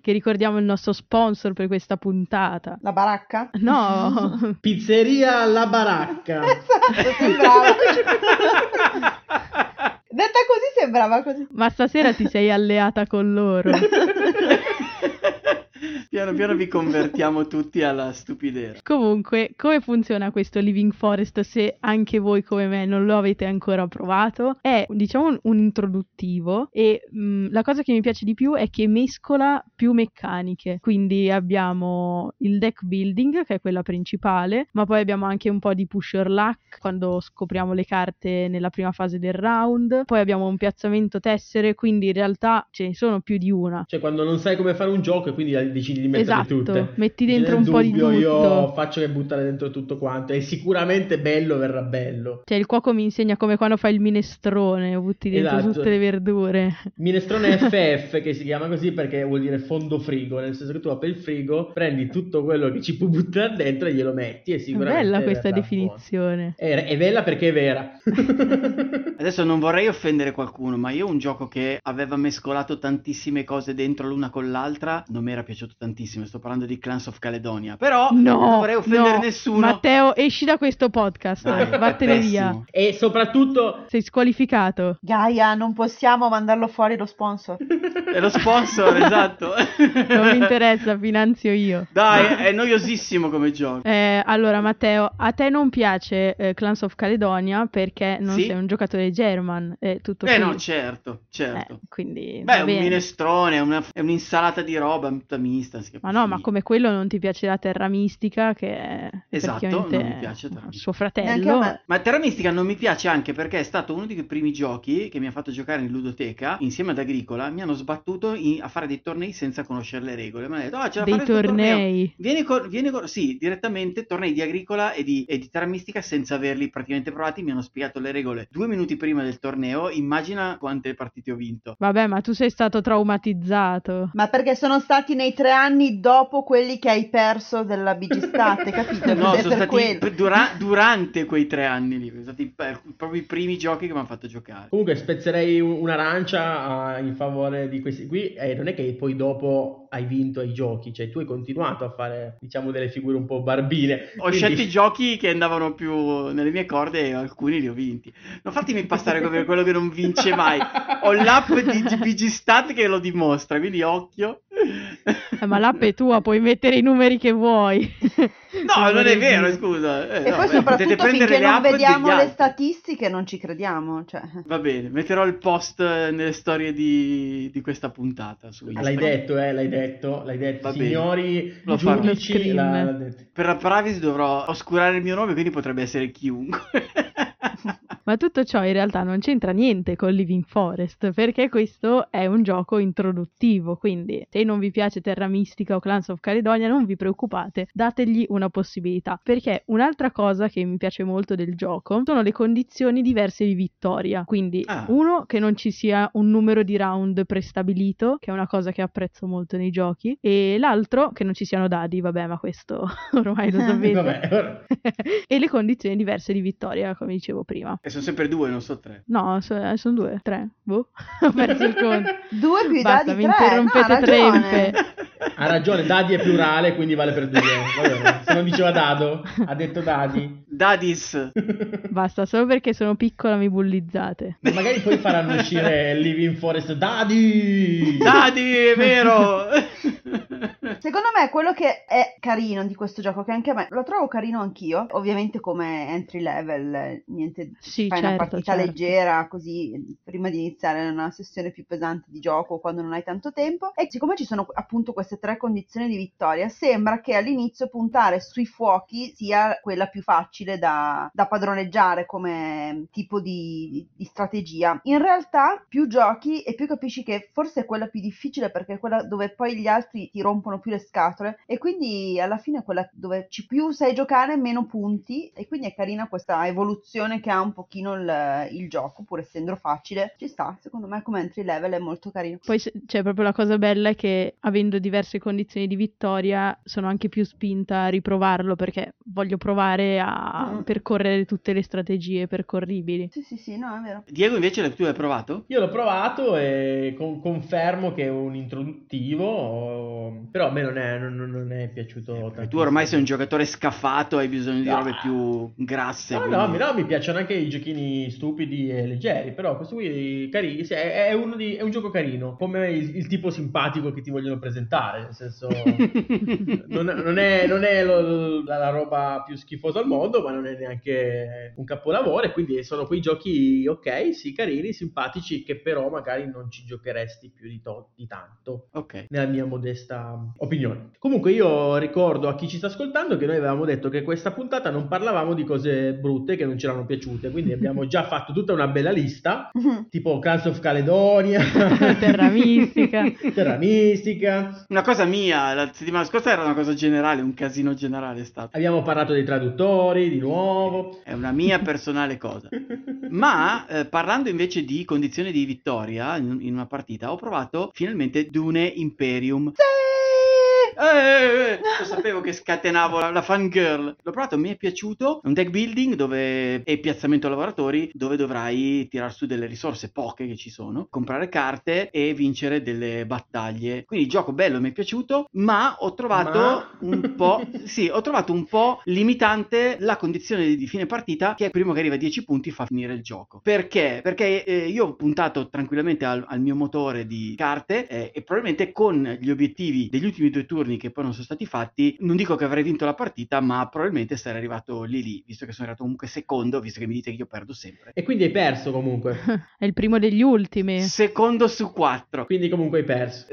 Speaker 7: che ricordiamo il nostro sponsor per questa puntata.
Speaker 5: La
Speaker 7: Mm.
Speaker 5: baracca?
Speaker 7: No,
Speaker 6: Pizzeria La Baracca.
Speaker 5: Esatto, sembrava. Detta così sembrava così.
Speaker 7: ma stasera ti sei alleata con loro.
Speaker 4: piano piano vi convertiamo tutti alla stupidera.
Speaker 7: Comunque, come funziona questo Living Forest se anche voi come me non lo avete ancora provato? È, diciamo, un, un introduttivo e mh, la cosa che mi piace di più è che mescola più meccaniche. Quindi abbiamo il deck building, che è quella principale, ma poi abbiamo anche un po' di push or luck, quando scopriamo le carte nella prima fase del round. Poi abbiamo un piazzamento tessere, quindi in realtà ce ne sono più di una.
Speaker 6: Cioè, quando non sai come fare un gioco e quindi decidi di metterle
Speaker 7: Esatto,
Speaker 6: tutte.
Speaker 7: metti
Speaker 6: Dici,
Speaker 7: dentro
Speaker 6: nel
Speaker 7: un po' di
Speaker 6: dubbio Io
Speaker 7: tutto.
Speaker 6: faccio che buttare dentro tutto quanto. E sicuramente bello verrà bello.
Speaker 7: Cioè, il cuoco mi insegna come quando fai il minestrone, butti dentro
Speaker 6: Esatto.
Speaker 7: tutte le verdure.
Speaker 6: Minestrone FF che si chiama così perché vuol dire fondo frigo, nel senso che tu apri il frigo, prendi tutto quello che ci puoi buttare dentro e glielo metti e
Speaker 7: È
Speaker 6: sicuramente
Speaker 7: bella questa
Speaker 6: verrà
Speaker 7: definizione.
Speaker 6: buono. È, è bella perché è vera.
Speaker 4: Adesso non vorrei offendere qualcuno, ma io un gioco che aveva mescolato tantissime cose dentro l'una con l'altra non mi era piaciuto tantissimo. Sto parlando di Clans of Caledonia. Però Oh, non
Speaker 7: No,
Speaker 4: vorrei offendere
Speaker 7: no.
Speaker 4: nessuno.
Speaker 7: Matteo, esci da questo podcast, eh,
Speaker 4: Dai, è
Speaker 7: vattene via.
Speaker 4: pessimo.
Speaker 6: e soprattutto
Speaker 7: Sei squalificato.
Speaker 5: Gaia, non possiamo mandarlo fuori lo sponsor.
Speaker 4: È lo sponsor, esatto.
Speaker 7: Non mi interessa, finanzio io.
Speaker 4: Dai, è noiosissimo come gioco.
Speaker 7: Eh, allora, Matteo, a te non piace eh, Clans of Caledonia perché non
Speaker 4: Sì.
Speaker 7: sei un giocatore German. È tutto
Speaker 4: Eh
Speaker 7: qui.
Speaker 4: no, certo, certo.
Speaker 7: Eh, quindi,
Speaker 4: Beh,
Speaker 7: va
Speaker 4: è un
Speaker 7: bene.
Speaker 4: minestrone, è, una- è un'insalata di roba tutta mista. si
Speaker 7: Ma
Speaker 4: capisce
Speaker 7: no, ma
Speaker 4: niente.
Speaker 7: come quello non ti piace la Terra Mistica, che è
Speaker 4: Esatto,
Speaker 7: praticamente
Speaker 4: non mi piace Terra Mistica.
Speaker 7: suo
Speaker 5: Neanche a
Speaker 7: fratello.
Speaker 5: me.
Speaker 4: Ma Terra Mistica non mi piace anche perché è stato uno dei primi giochi che mi ha fatto giocare in ludoteca insieme ad Agricola. Mi hanno sbattuto in- a fare dei tornei senza conoscere le regole. Mi hanno detto, ah, c'è da
Speaker 7: dei
Speaker 4: fare questo torneo.
Speaker 7: tornei.
Speaker 4: Vieni con, vieni con- sì, direttamente tornei di Agricola e di, e di Terra Mistica senza averli praticamente provati. Mi hanno spiegato le regole due minuti prima del torneo. Immagina quante partite ho vinto.
Speaker 7: Vabbè, ma tu sei stato traumatizzato.
Speaker 5: Ma perché sono stati nei tre anni dopo quelli che hai perso della bigistate,
Speaker 4: No,
Speaker 5: capito? È
Speaker 4: sono
Speaker 5: per
Speaker 4: stati
Speaker 5: quello.
Speaker 4: per- dura- durante quei tre anni lì. Sono stati eh, proprio i primi giochi che mi hanno fatto giocare.
Speaker 6: comunque spezzerei un- un'arancia a- in favore di questi qui e non è che poi dopo hai vinto ai giochi, cioè tu hai continuato a fare diciamo delle figure un po' barbine.
Speaker 4: Ho scelto i giochi che andavano più nelle mie corde e alcuni li ho vinti. Non fatemi passare come quello che non vince mai. Ho l'app di GPG Stat che lo dimostra, quindi occhio.
Speaker 7: Eh, ma l'app è tua, puoi mettere i numeri che vuoi.
Speaker 4: No, non è
Speaker 7: volevi
Speaker 4: vero,
Speaker 7: dire.
Speaker 4: scusa. Eh,
Speaker 5: E
Speaker 4: no, beh,
Speaker 5: poi
Speaker 4: potete
Speaker 5: soprattutto
Speaker 4: prendere
Speaker 5: finché
Speaker 4: le
Speaker 5: non
Speaker 4: app degli
Speaker 5: vediamo le
Speaker 4: altri.
Speaker 5: statistiche non ci crediamo, cioè.
Speaker 4: Va bene, metterò il post eh, nelle storie di, di questa puntata su
Speaker 6: Ah, L'hai
Speaker 4: Instagram.
Speaker 6: detto, eh, l'hai detto, l'hai detto.
Speaker 4: Va bene.
Speaker 6: Signori,
Speaker 4: Lo farò.
Speaker 6: giudici,
Speaker 7: Lo
Speaker 6: la-
Speaker 7: screen.
Speaker 6: l'ha detto.
Speaker 4: Per la privacy dovrò oscurare il mio nome, quindi potrebbe essere chiunque.
Speaker 7: Ma Ma tutto ciò in realtà non c'entra niente con Living Forest, perché questo è un gioco introduttivo, quindi se non vi piace Terra Mistica o Clans of Caledonia non vi preoccupate, dategli una possibilità, perché un'altra cosa che mi piace molto del gioco sono le condizioni diverse di vittoria, quindi
Speaker 4: Ah.
Speaker 7: uno che non ci sia un numero di round prestabilito, che è una cosa che apprezzo molto nei giochi, e l'altro che non ci siano dadi, vabbè, ma questo ormai lo sapete.
Speaker 6: Vabbè,
Speaker 7: e le condizioni diverse di vittoria, come dicevo prima.
Speaker 4: E sono sempre due, non so tre.
Speaker 7: No, so- sono due, tre, boh, ho perso il conto.
Speaker 5: Due più i
Speaker 7: Basta,
Speaker 5: dadi
Speaker 7: mi
Speaker 5: tre, no,
Speaker 7: interrompete
Speaker 5: ha ragione.
Speaker 7: trempe.
Speaker 6: ha ragione, Dadi è plurale, quindi vale per due. Va bene. Se non diceva Dado, ha detto Dadi.
Speaker 4: Dadis.
Speaker 7: Basta, solo perché sono piccola mi bullizzate.
Speaker 6: Ma magari poi faranno uscire Living Forest Dadi.
Speaker 4: Dadi, è vero!
Speaker 5: Secondo me quello che è carino di questo gioco, che anche a me lo trovo carino anch'io, ovviamente come entry level, eh, niente,
Speaker 7: Sì,
Speaker 5: fai una
Speaker 7: certo,
Speaker 5: partita
Speaker 7: certo.
Speaker 5: leggera così eh, prima di iniziare una sessione più pesante di gioco quando non hai tanto tempo e siccome ci sono appunto queste tre condizioni di vittoria, sembra che all'inizio puntare sui fuochi sia quella più facile da, da padroneggiare come tipo di, di strategia. In realtà più giochi e più capisci che forse è quella più difficile perché è quella dove poi gli altri ti rompono più le scatole e quindi alla fine è quella dove ci più sai giocare meno punti e quindi è carina questa evoluzione che ha un pochino il, il gioco pur essendo facile. Ci sta, secondo me come entry level è molto carino.
Speaker 7: Poi se- c'è proprio la cosa bella è che avendo diverse condizioni di vittoria sono anche più spinta a riprovarlo perché voglio provare a
Speaker 5: Mm.
Speaker 7: percorrere tutte le strategie percorribili.
Speaker 5: Sì, sì, sì, no, è vero.
Speaker 4: Diego invece l'hai- tu l'hai provato?
Speaker 6: Io l'ho provato e con- confermo che è un introduttivo, però a me non è, non, non- non è piaciuto
Speaker 4: E
Speaker 6: tanto.
Speaker 4: tu ormai sei un giocatore scaffato, hai bisogno di robe più grasse.
Speaker 6: No,
Speaker 4: quindi-
Speaker 6: no, mi- no, mi piacciono anche i giochini stupidi e leggeri, però questo qui è, cari- sì, è- è uno di- è un gioco carino, come il, il tipo simpatico che ti vogliono presentare, nel senso... Non, non è, non è lo- la, la roba più schifosa al mondo, ma non è neanche un capolavoro. e Quindi sono quei giochi, ok, sì, carini, simpatici, che però magari non ci giocheresti più di, to- di tanto,
Speaker 4: Ok.
Speaker 6: nella mia modesta opinione. Comunque, io ricordo a chi ci sta ascoltando che noi avevamo detto che questa puntata non parlavamo di cose brutte che non ci erano piaciute. Quindi abbiamo già fatto tutta una bella lista, tipo Clans of Caledonia,
Speaker 7: Terra mistica.
Speaker 6: Terra Mistica.
Speaker 4: Una cosa mia, la settimana scorsa era una cosa generale, un casino generale è stato.
Speaker 6: Abbiamo parlato dei traduttori di nuovo.
Speaker 4: È una mia personale cosa. Ma eh, parlando invece di condizioni di vittoria in, in una partita, ho provato finalmente Dune Imperium.
Speaker 5: Sì!
Speaker 4: Eh, eh, eh, lo sapevo che scatenavo la, la fangirl. L'ho provato, mi è piaciuto. È un deck building dove e piazzamento lavoratori dove dovrai tirar su delle risorse poche che ci sono, comprare carte e vincere delle battaglie. Quindi gioco bello, mi è piaciuto, ma ho trovato
Speaker 6: Ma?
Speaker 4: un po' sì, ho trovato un po' limitante la condizione di fine partita che è il primo che arriva a 10 punti fa finire il gioco. Perché? Perché eh, io ho puntato tranquillamente al, al mio motore di carte eh, e probabilmente con gli obiettivi degli ultimi due turni che poi non sono stati fatti, non dico che avrei vinto la partita, ma probabilmente sarei arrivato lì lì, visto che sono arrivato comunque secondo, visto che mi dite che io perdo sempre.
Speaker 6: E quindi hai perso comunque.
Speaker 7: È il primo degli ultimi.
Speaker 4: Secondo su quattro.
Speaker 6: Quindi comunque hai perso.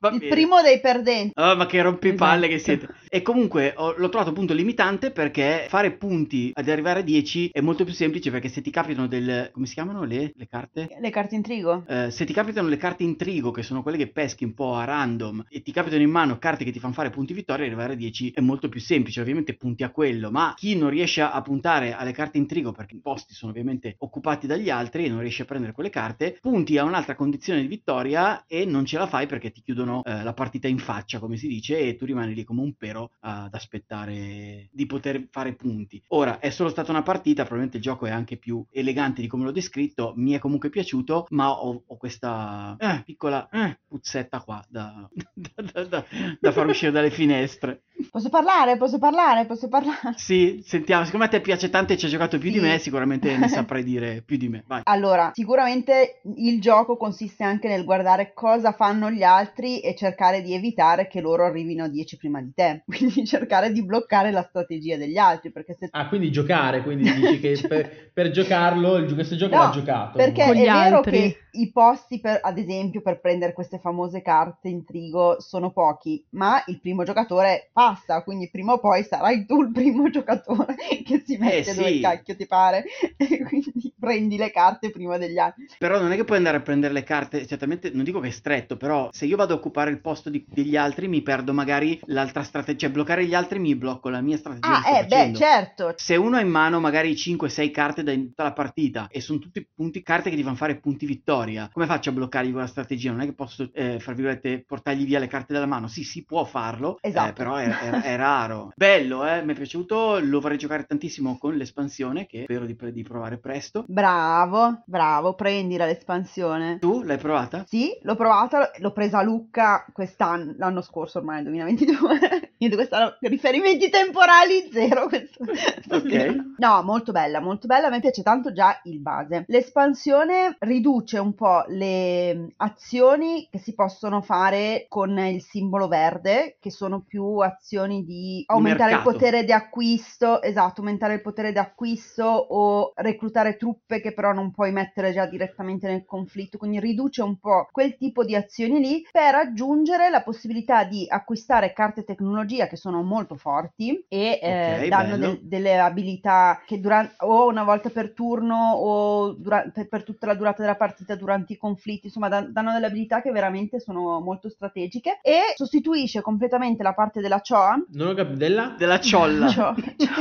Speaker 4: Va
Speaker 5: Il
Speaker 4: bene.
Speaker 5: primo dei perdenti.
Speaker 4: Ah, ma che rompipalle che
Speaker 7: Esatto.
Speaker 4: siete. E comunque ho- l'ho trovato appunto limitante perché fare punti ad arrivare a 10 è molto più semplice perché se ti capitano del... come si chiamano le, le carte?
Speaker 5: Le carte intrigo.
Speaker 4: Eh, se ti capitano le carte intrigo, che sono quelle che peschi un po' a random, e ti capitano in mano carte che ti fanno fare punti vittoria, arrivare a 10 è molto più semplice. Ovviamente punti a quello, ma chi non riesce a puntare alle carte intrigo perché i posti sono ovviamente occupati dagli altri e non riesce a prendere quelle carte, punti a un'altra condizione di vittoria e non ce la fai perché ti chiudono eh, la partita in faccia, come si dice, e tu rimani lì come un pero ad aspettare di poter fare punti. Ora è solo stata una partita, probabilmente il gioco è anche più elegante di come l'ho descritto, mi è comunque piaciuto, ma ho, ho questa eh, piccola eh, puzzetta qua da, da- da- da- da far uscire dalle finestre.
Speaker 5: Posso parlare? Posso parlaare? Posso parlare?
Speaker 4: Sì, sentiamo, siccome a te piace tanto e ci hai giocato più di
Speaker 5: Sì.
Speaker 4: me, sicuramente ne saprai dire più di me. Vai.
Speaker 5: Allora, sicuramente il gioco consiste anche nel guardare cosa fanno gli altri e cercare di evitare che loro arrivino a 10 prima di te. Quindi cercare di bloccare la strategia degli altri, perché se
Speaker 6: Ah, quindi giocare, quindi dici che per, per giocarlo, il gio- questo gioco
Speaker 5: No,
Speaker 6: va giocato.
Speaker 5: Perché
Speaker 7: Con
Speaker 5: è
Speaker 7: gli
Speaker 5: vero
Speaker 7: altri.
Speaker 5: che i posti, per, ad esempio, per prendere queste famose carte intrigo sono pochi, ma il primo giocatore passa, quindi prima o poi sarai tu il primo giocatore che si mette
Speaker 4: Eh,
Speaker 5: dove
Speaker 4: sì.
Speaker 5: cacchio ti pare. E quindi prendi le carte prima degli altri.
Speaker 4: Però non è che puoi andare a prendere le carte, certamente non dico che è stretto, però se io vado a occupare il posto di- degli altri mi perdo magari l'altra strategia, cioè bloccare gli altri mi blocco la mia strategia. che sto
Speaker 5: Ah, eh, beh,
Speaker 4: facendo.
Speaker 5: certo.
Speaker 4: Se uno ha in mano magari 5-6 carte da in tutta la partita e sono tutti punti, carte che ti fanno fare punti vittoria, come faccio a bloccargli quella strategia? Non è che posso, eh, fra virgolette, portargli via le carte dalla mano. Sì, si può farlo, eh,
Speaker 5: Esatto.
Speaker 4: però è, è- è raro. Bello, eh, mi è piaciuto, lo vorrei giocare tantissimo con l'espansione, che spero di, pre- di provare presto.
Speaker 5: Bravo, bravo, prendila l'espansione.
Speaker 4: Tu l'hai provata?
Speaker 5: Sì, l'ho provata, l'ho presa a Lucca quest'anno, l'anno scorso ormai, nel 2022. Niente, quest'anno riferimenti temporali zero. questo-
Speaker 4: Ok.
Speaker 5: No, molto bella, molto bella, mi piace tanto già il base. L'espansione riduce un po' le mm, azioni che si possono fare con il simbolo verde, che sono più azioni di aumentare il
Speaker 4: mercato.
Speaker 5: potere di acquisto, esatto, aumentare il potere di acquisto o reclutare truppe che però non puoi mettere già direttamente nel conflitto, quindi riduce un po' quel tipo di azioni lì per aggiungere la possibilità di acquistare carte tecnologia che sono molto forti e eh,
Speaker 4: Ok,
Speaker 5: danno
Speaker 4: bello.
Speaker 5: del- delle abilità che duran- o una volta per turno o dura- per, per tutta la durata della partita durante i conflitti, insomma dan- danno delle abilità che veramente sono molto strategiche e sostituisce completamente la parte della CHOA.
Speaker 6: Non ho capito. Della?
Speaker 4: Della ciolla.
Speaker 5: CHOA.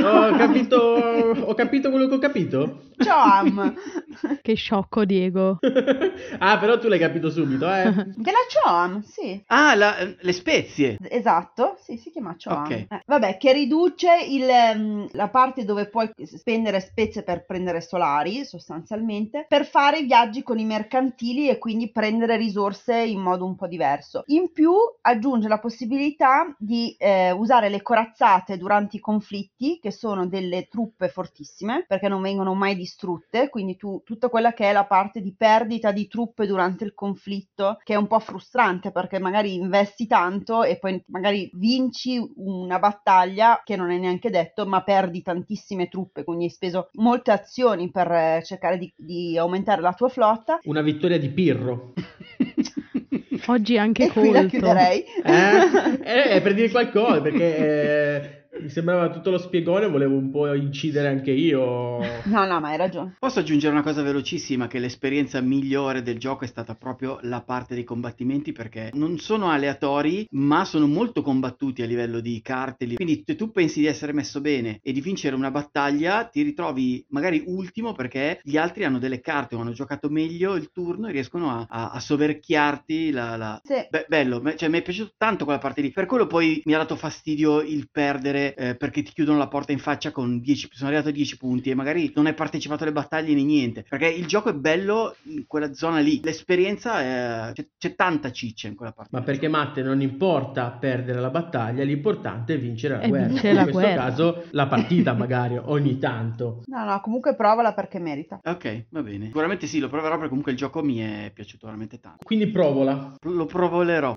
Speaker 6: Oh, Ho capito. Ho capito quello che ho capito.
Speaker 5: CHOAM.
Speaker 7: Che sciocco, Diego.
Speaker 6: ah, però tu l'hai capito subito, eh.
Speaker 5: Della CHOAM, sì.
Speaker 4: Ah, la- le spezie.
Speaker 5: Esatto, sì, si chiama ciò.
Speaker 4: Ok.
Speaker 5: Eh, vabbè, che riduce il, ehm, la parte dove puoi spendere spezie per prendere solari, sostanzialmente, per fare viaggi con i mercantili e quindi prendere risorse in modo un po' diverso. In più aggiunge la possibilità di eh, usare le corazzate durante i conflitti, che sono delle truppe fortissime, perché non vengono mai distrutte, quindi tu tutta quella che è la parte di perdita di truppe durante il conflitto, che è un po' frustrante perché magari investi tanto e poi magari vinci una battaglia che non è neanche detto, ma perdi tantissime truppe, quindi hai speso molte azioni per eh, cercare di, di aumentare la tua flotta.
Speaker 6: Una vittoria di Pirro.
Speaker 7: Oggi è anche
Speaker 5: e qui la
Speaker 7: colto.
Speaker 5: chiuderei.
Speaker 6: Eh? Eh, per dire qualcosa, perché eh, mi sembrava tutto lo spiegone, volevo un po' incidere anche io.
Speaker 5: No, no, ma hai ragione.
Speaker 4: Posso aggiungere una cosa velocissima, che l'esperienza migliore del gioco è stata proprio la parte dei combattimenti, perché non sono aleatori, ma sono molto combattuti a livello di carte. li- Quindi se tu pensi di essere messo bene e di vincere una battaglia, ti ritrovi magari ultimo perché gli altri hanno delle carte o hanno giocato meglio il turno e riescono a, a, a soverchiarti la- la,
Speaker 5: Sì.
Speaker 4: Be- bello, me- cioè mi è piaciuto tanto quella parte lì. Per quello poi mi ha dato fastidio il perdere eh, perché ti chiudono la porta in faccia con 10 sono arrivato a 10 punti e magari non hai partecipato alle battaglie né niente, perché il gioco è bello in quella zona lì. L'esperienza è- c'è, c'è tanta ciccia in quella parte.
Speaker 6: Ma perché Matte non importa perdere la battaglia, l'importante è vincere la
Speaker 7: È
Speaker 6: guerra.
Speaker 7: vincere
Speaker 6: in
Speaker 7: la
Speaker 6: questo
Speaker 7: guerra.
Speaker 6: caso la partita magari ogni tanto.
Speaker 5: No, no, comunque provala perché merita.
Speaker 4: Ok, va bene. Sicuramente sì, lo proverò perché comunque il gioco mi è piaciuto veramente tanto.
Speaker 6: Quindi provola.
Speaker 4: Lo provolerò.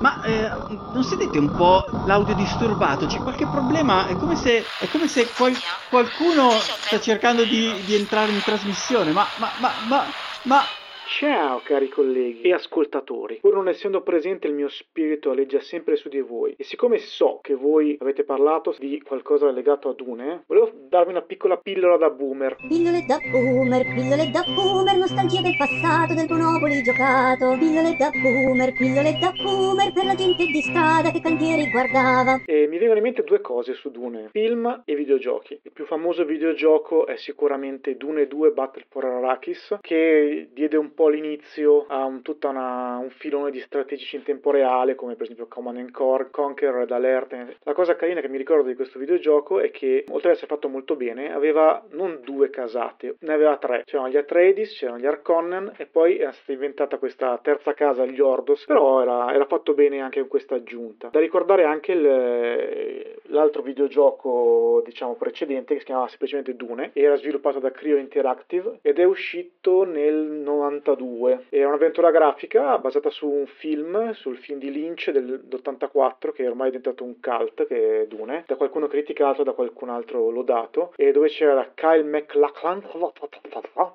Speaker 4: Ma eh, non sentite un po' l'audio disturbato? C'è qualche problema? È come se, è come se qual- qualcuno sta cercando di, di entrare in trasmissione. Ma, ma, ma, ma, ma...
Speaker 9: Ciao cari colleghi e ascoltatori, pur non essendo presente il mio spirito alleggia sempre su di voi e siccome so che voi avete parlato di qualcosa legato a Dune, volevo darvi una piccola pillola da boomer.
Speaker 1: Pillole da boomer, pillole da boomer, nostalgia del passato, del monopoli giocato. Pillole da boomer, pillole da boomer, per la gente di strada che cantieri guardava.
Speaker 9: E mi vengono in mente due cose su Dune, film e videogiochi. Il più famoso videogioco è sicuramente Dune 2 Battle for Arrakis, che diede un po' l'inizio a un, tutta una- un filone di strategici in tempo reale, come per esempio Command and Cor- Conquer, Red Alert. La cosa carina che mi ricordo di questo videogioco è che, oltre ad essere fatto molto bene, aveva non due casate, ne aveva tre. C'erano gli Atreides, c'erano gli Arconnen e poi è stata inventata questa terza casa, gli Ordos, però era, era fatto bene anche in questa aggiunta. Da ricordare anche il- l'altro videogioco, diciamo, precedente che si chiamava semplicemente Dune, era sviluppato da Cryo Interactive ed è uscito nel 92. Era un'avventura grafica basata su un film, sul film di Lynch dell'84 che ormai è diventato un cult, che è Dune, da qualcuno criticato, da qualcun altro lodato, e dove c'era Kyle MacLachlan,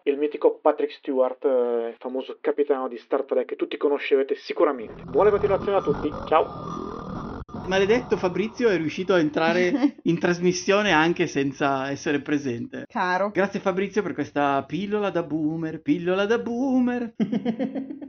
Speaker 9: il mitico Patrick Stewart, eh, famoso capitano di Star Trek, che tutti conoscevete sicuramente. Buona continuazione a tutti, ciao!
Speaker 4: maledetto Fabrizio è riuscito a entrare in trasmissione anche senza essere presente.
Speaker 10: Caro.
Speaker 4: Grazie Fabrizio per questa pillola da boomer, pillola da boomer.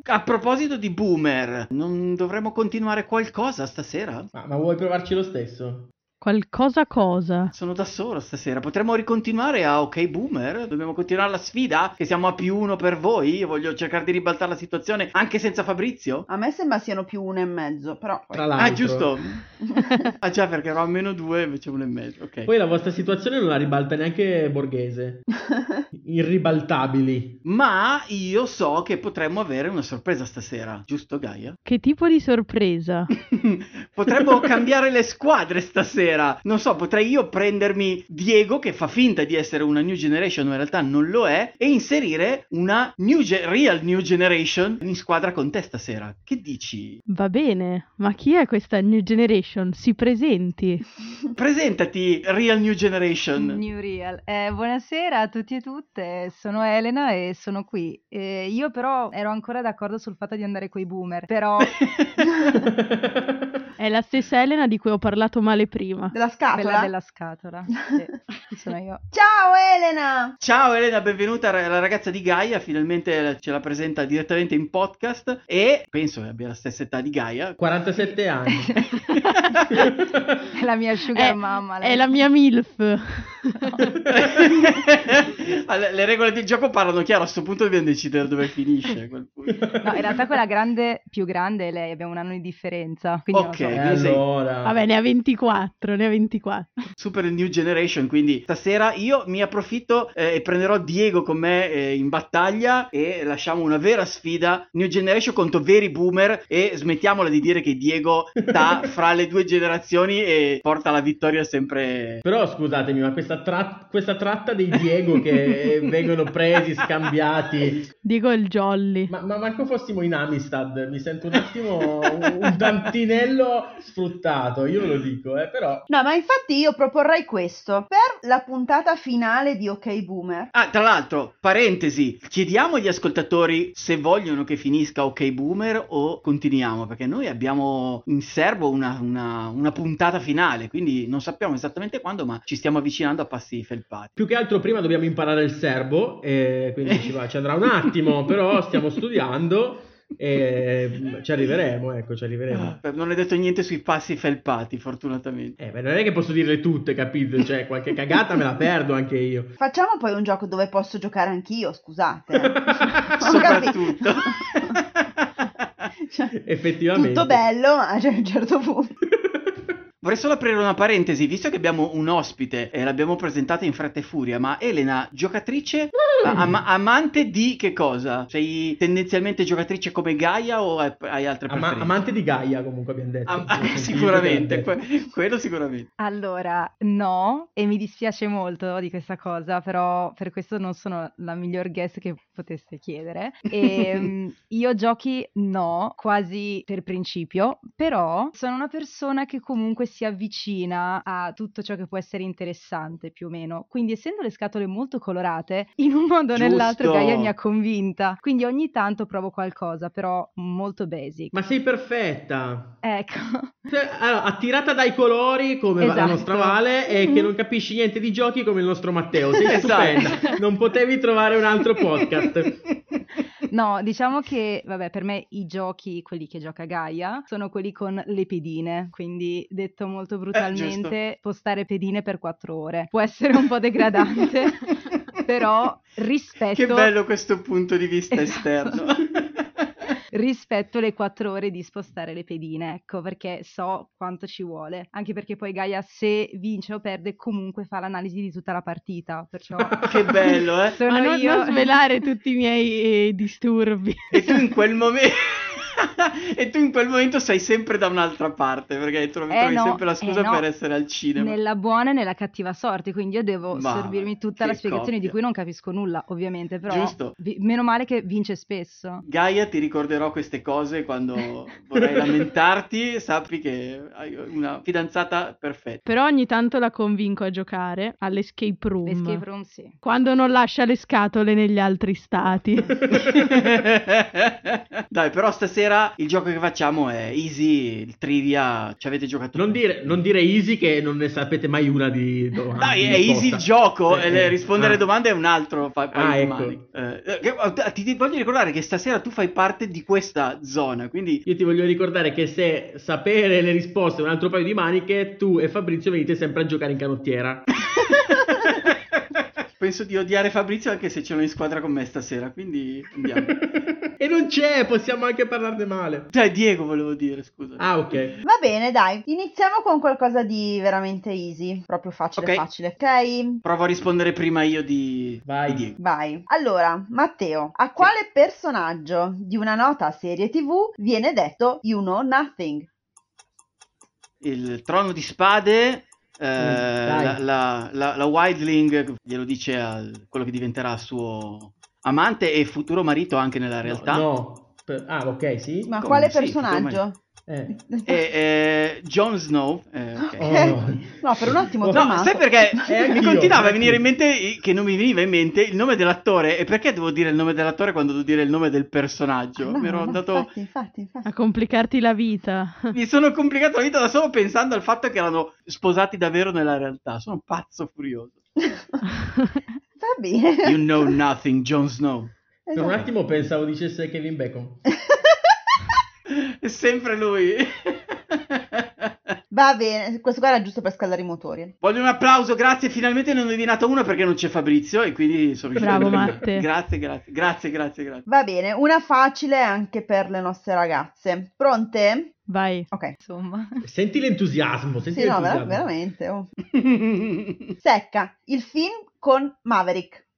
Speaker 4: A proposito di boomer, non dovremmo continuare qualcosa stasera?
Speaker 6: Ah, Ma, ma vuoi provarci lo stesso?
Speaker 7: Qualcosa cosa?
Speaker 4: Sono da solo stasera, potremmo ricontinuare a Ok Boomer? Dobbiamo continuare la sfida? Che siamo a più uno per voi? Io voglio cercare di ribaltare la situazione anche senza Fabrizio?
Speaker 10: A me sembra siano più uno e mezzo, però...
Speaker 6: Tra
Speaker 4: Ah,
Speaker 6: l'altro.
Speaker 4: giusto! ah già, perché ero a meno due, invece uno e mezzo, ok.
Speaker 6: Poi la vostra situazione non la ribalta neanche Borghese. Irribaltabili.
Speaker 4: Ma io so che potremmo avere una sorpresa stasera, giusto Gaia?
Speaker 7: Che tipo di sorpresa?
Speaker 4: Potremmo cambiare le squadre stasera. Non so, potrei io prendermi Diego che fa finta di essere una new generation, ma in realtà non lo è, e inserire una new ge- real new generation in squadra con te stasera. Che dici?
Speaker 7: Va bene, ma chi è questa New Generation? Si presenti.
Speaker 4: Presentati real new generation.
Speaker 5: New Real. Eh, buonasera a tutti e tutte, sono Elena e sono qui. Eh, io però ero ancora d'accordo sul fatto di andare coi boomer, però
Speaker 7: È la stessa Elena di cui ho parlato male prima.
Speaker 10: Della
Speaker 5: quella
Speaker 10: scatola?
Speaker 5: della scatola. Sì, chi sono io.
Speaker 10: Ciao Elena!
Speaker 4: Ciao Elena, benvenuta la ragazza di Gaia, finalmente ce la presenta direttamente in podcast e penso che abbia la stessa età di Gaia.
Speaker 6: 47 anni.
Speaker 5: È la mia sugar
Speaker 7: È-
Speaker 5: mamma. lei.
Speaker 7: È la mia MILF.
Speaker 4: Ah, le le regole del gioco parlano chiaro, a sto punto dobbiamo decidere dove finisce. a quel punto.
Speaker 5: No, in realtà quella grande, più grande è lei, abbiamo un anno di differenza. Quindi non
Speaker 4: Ok,
Speaker 5: lo so.
Speaker 6: E
Speaker 4: quindi sei
Speaker 6: Eh, allora.
Speaker 7: Vabbè, ne ha 24, ne ha 24.
Speaker 4: super new generation, quindi stasera io mi approfitto eh, e prenderò Diego con me eh, in battaglia e lasciamo una vera sfida new generation contro veri boomer e smettiamola di dire che Diego sta fra le due generazioni e porta la vittoria sempre...
Speaker 6: Però scusatemi, ma questa, tra- questa tratta dei Diego che vengono presi, scambiati.
Speaker 7: Diego è il Jolly.
Speaker 6: Ma, ma manco fossimo in Amistad, mi sento un attimo un un tantinello sfruttato, io ve lo dico, eh, però.
Speaker 10: No, ma infatti io proporrei questo per la puntata finale di Ok Boomer.
Speaker 4: Ah, tra l'altro, parentesi, chiediamo agli ascoltatori se vogliono che finisca Ok Boomer o continuiamo, perché noi abbiamo in serbo una, una- una puntata finale, quindi non sappiamo esattamente quando, ma ci stiamo avvicinando a passi felpati.
Speaker 6: Più che altro prima dobbiamo imparare il serbo, e quindi ci, va- ci andrà un attimo, però stiamo studiando e ci arriveremo, ecco, ci arriveremo.
Speaker 4: Ah, Non hai detto niente sui passi felpati, fortunatamente.
Speaker 6: Eh, beh, non è che posso dirle tutte, capito? Cioè, qualche cagata me la perdo anche io.
Speaker 10: Facciamo poi un gioco dove posso giocare anch'io, scusate.
Speaker 5: Certo.
Speaker 4: Soprattutto.
Speaker 10: Cioè,
Speaker 6: Effettivamente.
Speaker 10: tutto bello, ma c'è un certo punto.
Speaker 4: Vorrei solo aprire una parentesi, visto che abbiamo un ospite e l'abbiamo presentata in fretta e furia, ma Elena, giocatrice,
Speaker 5: Mm.
Speaker 4: a- am- amante di che cosa? Sei tendenzialmente giocatrice come Gaia o hai, hai altre
Speaker 6: Ama-
Speaker 4: preferenze?
Speaker 6: amante di Gaia, comunque abbiamo detto.
Speaker 4: Am-
Speaker 6: Abbiamo sentito
Speaker 4: sicuramente,
Speaker 6: che abbiamo detto.
Speaker 4: que- quello sicuramente.
Speaker 5: Allora, no, e mi dispiace molto di questa cosa, però per questo non sono la miglior guest che poteste chiedere. Ehm, io giochi no, quasi per principio, però sono una persona che comunque si avvicina a tutto ciò che può essere interessante, più o meno. Quindi, essendo le scatole molto colorate, in un modo o nell'altro
Speaker 4: Giusto.
Speaker 5: Gaia mi ha convinta. Quindi ogni tanto provo qualcosa, però molto basic.
Speaker 6: Ma sei perfetta.
Speaker 5: Ecco.
Speaker 6: Cioè, allora, attirata dai colori come la
Speaker 5: Esatto.
Speaker 6: nostra Vale e che non capisci niente di giochi come il nostro Matteo. Sei
Speaker 4: Esatto.
Speaker 6: stupenda. Non potevi trovare un altro podcast.
Speaker 5: No, diciamo che, vabbè, per me i giochi, quelli che gioca Gaia, sono quelli con le pedine, quindi detto
Speaker 4: Eh,
Speaker 5: molto brutalmente, postare pedine per quattro ore. Può essere un po' degradante, però rispetto...
Speaker 4: Che bello questo punto di vista
Speaker 5: Esatto.
Speaker 4: esterno.
Speaker 5: Rispetto le quattro ore di spostare le pedine, ecco, perché so quanto ci vuole. Anche perché poi Gaia, se vince o perde, comunque fa l'analisi di tutta la partita, perciò...
Speaker 4: che bello, eh?
Speaker 5: Sono
Speaker 7: Ma non,
Speaker 5: io...
Speaker 7: non svelare tutti i miei eh, disturbi.
Speaker 4: E tu in quel momento... e tu in quel momento sei sempre da un'altra parte, perché trovi,
Speaker 5: Eh
Speaker 4: trovi
Speaker 5: no,
Speaker 4: sempre la
Speaker 5: eh
Speaker 4: scusa
Speaker 5: no.
Speaker 4: per essere al cinema.
Speaker 5: Nella buona e nella cattiva sorte, quindi io devo
Speaker 4: Mamma,
Speaker 5: sorbirmi tutta
Speaker 4: che
Speaker 5: la spiegazione di
Speaker 4: coppia.
Speaker 5: cui non capisco nulla, ovviamente, però
Speaker 4: Giusto.
Speaker 5: vi- meno male che vince spesso.
Speaker 4: Gaia, ti ricorderò queste cose quando vorrai lamentarti. Sappi che hai una fidanzata perfetta.
Speaker 7: Però ogni tanto la convinco a giocare all'escape room.
Speaker 5: L'escape room sì.
Speaker 7: Quando non lascia le scatole negli altri stati.
Speaker 4: Dai, però stasera il gioco che facciamo è easy, il trivia, ci avete giocato
Speaker 6: Non dire, non dire easy che non ne sapete mai una di domande.
Speaker 4: Dai, è
Speaker 6: risposta.
Speaker 4: easy il gioco,
Speaker 6: Ah, Eh,
Speaker 4: e le-
Speaker 6: eh,
Speaker 4: rispondere
Speaker 6: ah.
Speaker 4: alle domande è un altro fa- paio
Speaker 6: Ah,
Speaker 4: di
Speaker 6: ecco.
Speaker 4: mani. Eh, eh, che- ti, ti voglio ricordare che stasera tu fai parte di questa zona, quindi
Speaker 6: Io ti voglio ricordare che se sapere le risposte è un altro paio di maniche, tu e Fabrizio venite sempre a giocare in canottiera.
Speaker 4: penso di odiare Fabrizio anche se ce l'ho in squadra con me stasera, quindi andiamo.
Speaker 6: e non c'è, possiamo anche parlarne male.
Speaker 4: Cioè, Diego volevo dire, scusa.
Speaker 6: Ah, ok.
Speaker 5: Va bene, dai, iniziamo con qualcosa di veramente easy, proprio facile,
Speaker 4: Ok.
Speaker 5: facile, ok?
Speaker 4: Provo a rispondere prima io di,
Speaker 6: Vai.
Speaker 4: di Diego.
Speaker 5: Vai. Allora, Matteo, a quale personaggio di una nota serie TV viene detto You Know Nothing?
Speaker 4: Il trono di spade, eh,
Speaker 6: dai.
Speaker 4: la, la, la- la Wildling glielo dice a quello che diventerà suo amante e futuro marito anche nella realtà.
Speaker 6: No. no. Per- Ah, ok, sì.
Speaker 5: Ma
Speaker 4: Come?
Speaker 5: quale
Speaker 4: Sì,
Speaker 5: personaggio?
Speaker 6: Eh.
Speaker 4: E, eh, Jon Snow. eh, ok.
Speaker 6: Oh, no.
Speaker 5: Ah, No, per un attimo ho
Speaker 6: No,
Speaker 4: No,
Speaker 5: tremato.
Speaker 4: sai perché
Speaker 6: Eh,
Speaker 4: mi
Speaker 6: anch'io,
Speaker 4: continuava a
Speaker 6: anch'io.
Speaker 4: venire in mente i- che non mi veniva in mente il nome dell'attore e perché devo dire il nome dell'attore quando devo dire il nome del personaggio?
Speaker 5: Ah, No,
Speaker 4: mi ero
Speaker 5: no,
Speaker 4: andato-
Speaker 5: Infatti, infatti, infatti.
Speaker 7: A complicarti la vita.
Speaker 4: mi sono complicato la vita da solo pensando al fatto che erano sposati davvero nella realtà. Sono un pazzo furioso.
Speaker 5: Va bene. Esatto.
Speaker 4: You know nothing, Jon Snow.
Speaker 6: Per un attimo pensavo dicesse Kevin Bacon.
Speaker 4: È sempre lui.
Speaker 5: Va bene, questo qua era giusto per scaldare i motori.
Speaker 4: Voglio un applauso, grazie. Finalmente ne ho indovinato uno perché non c'è Fabrizio e quindi sono riuscito
Speaker 7: Bravo,
Speaker 4: a-
Speaker 7: Matte.
Speaker 4: Grazie, grazie, grazie, grazie, grazie.
Speaker 5: Va bene, una facile anche per le nostre ragazze. Pronte?
Speaker 7: Vai.
Speaker 5: Ok.
Speaker 10: insomma.
Speaker 6: Senti l'entusiasmo, senti
Speaker 5: Sì, no,
Speaker 6: l'entusiasmo.
Speaker 5: vera- veramente. oh. Secca, il film con Maverick.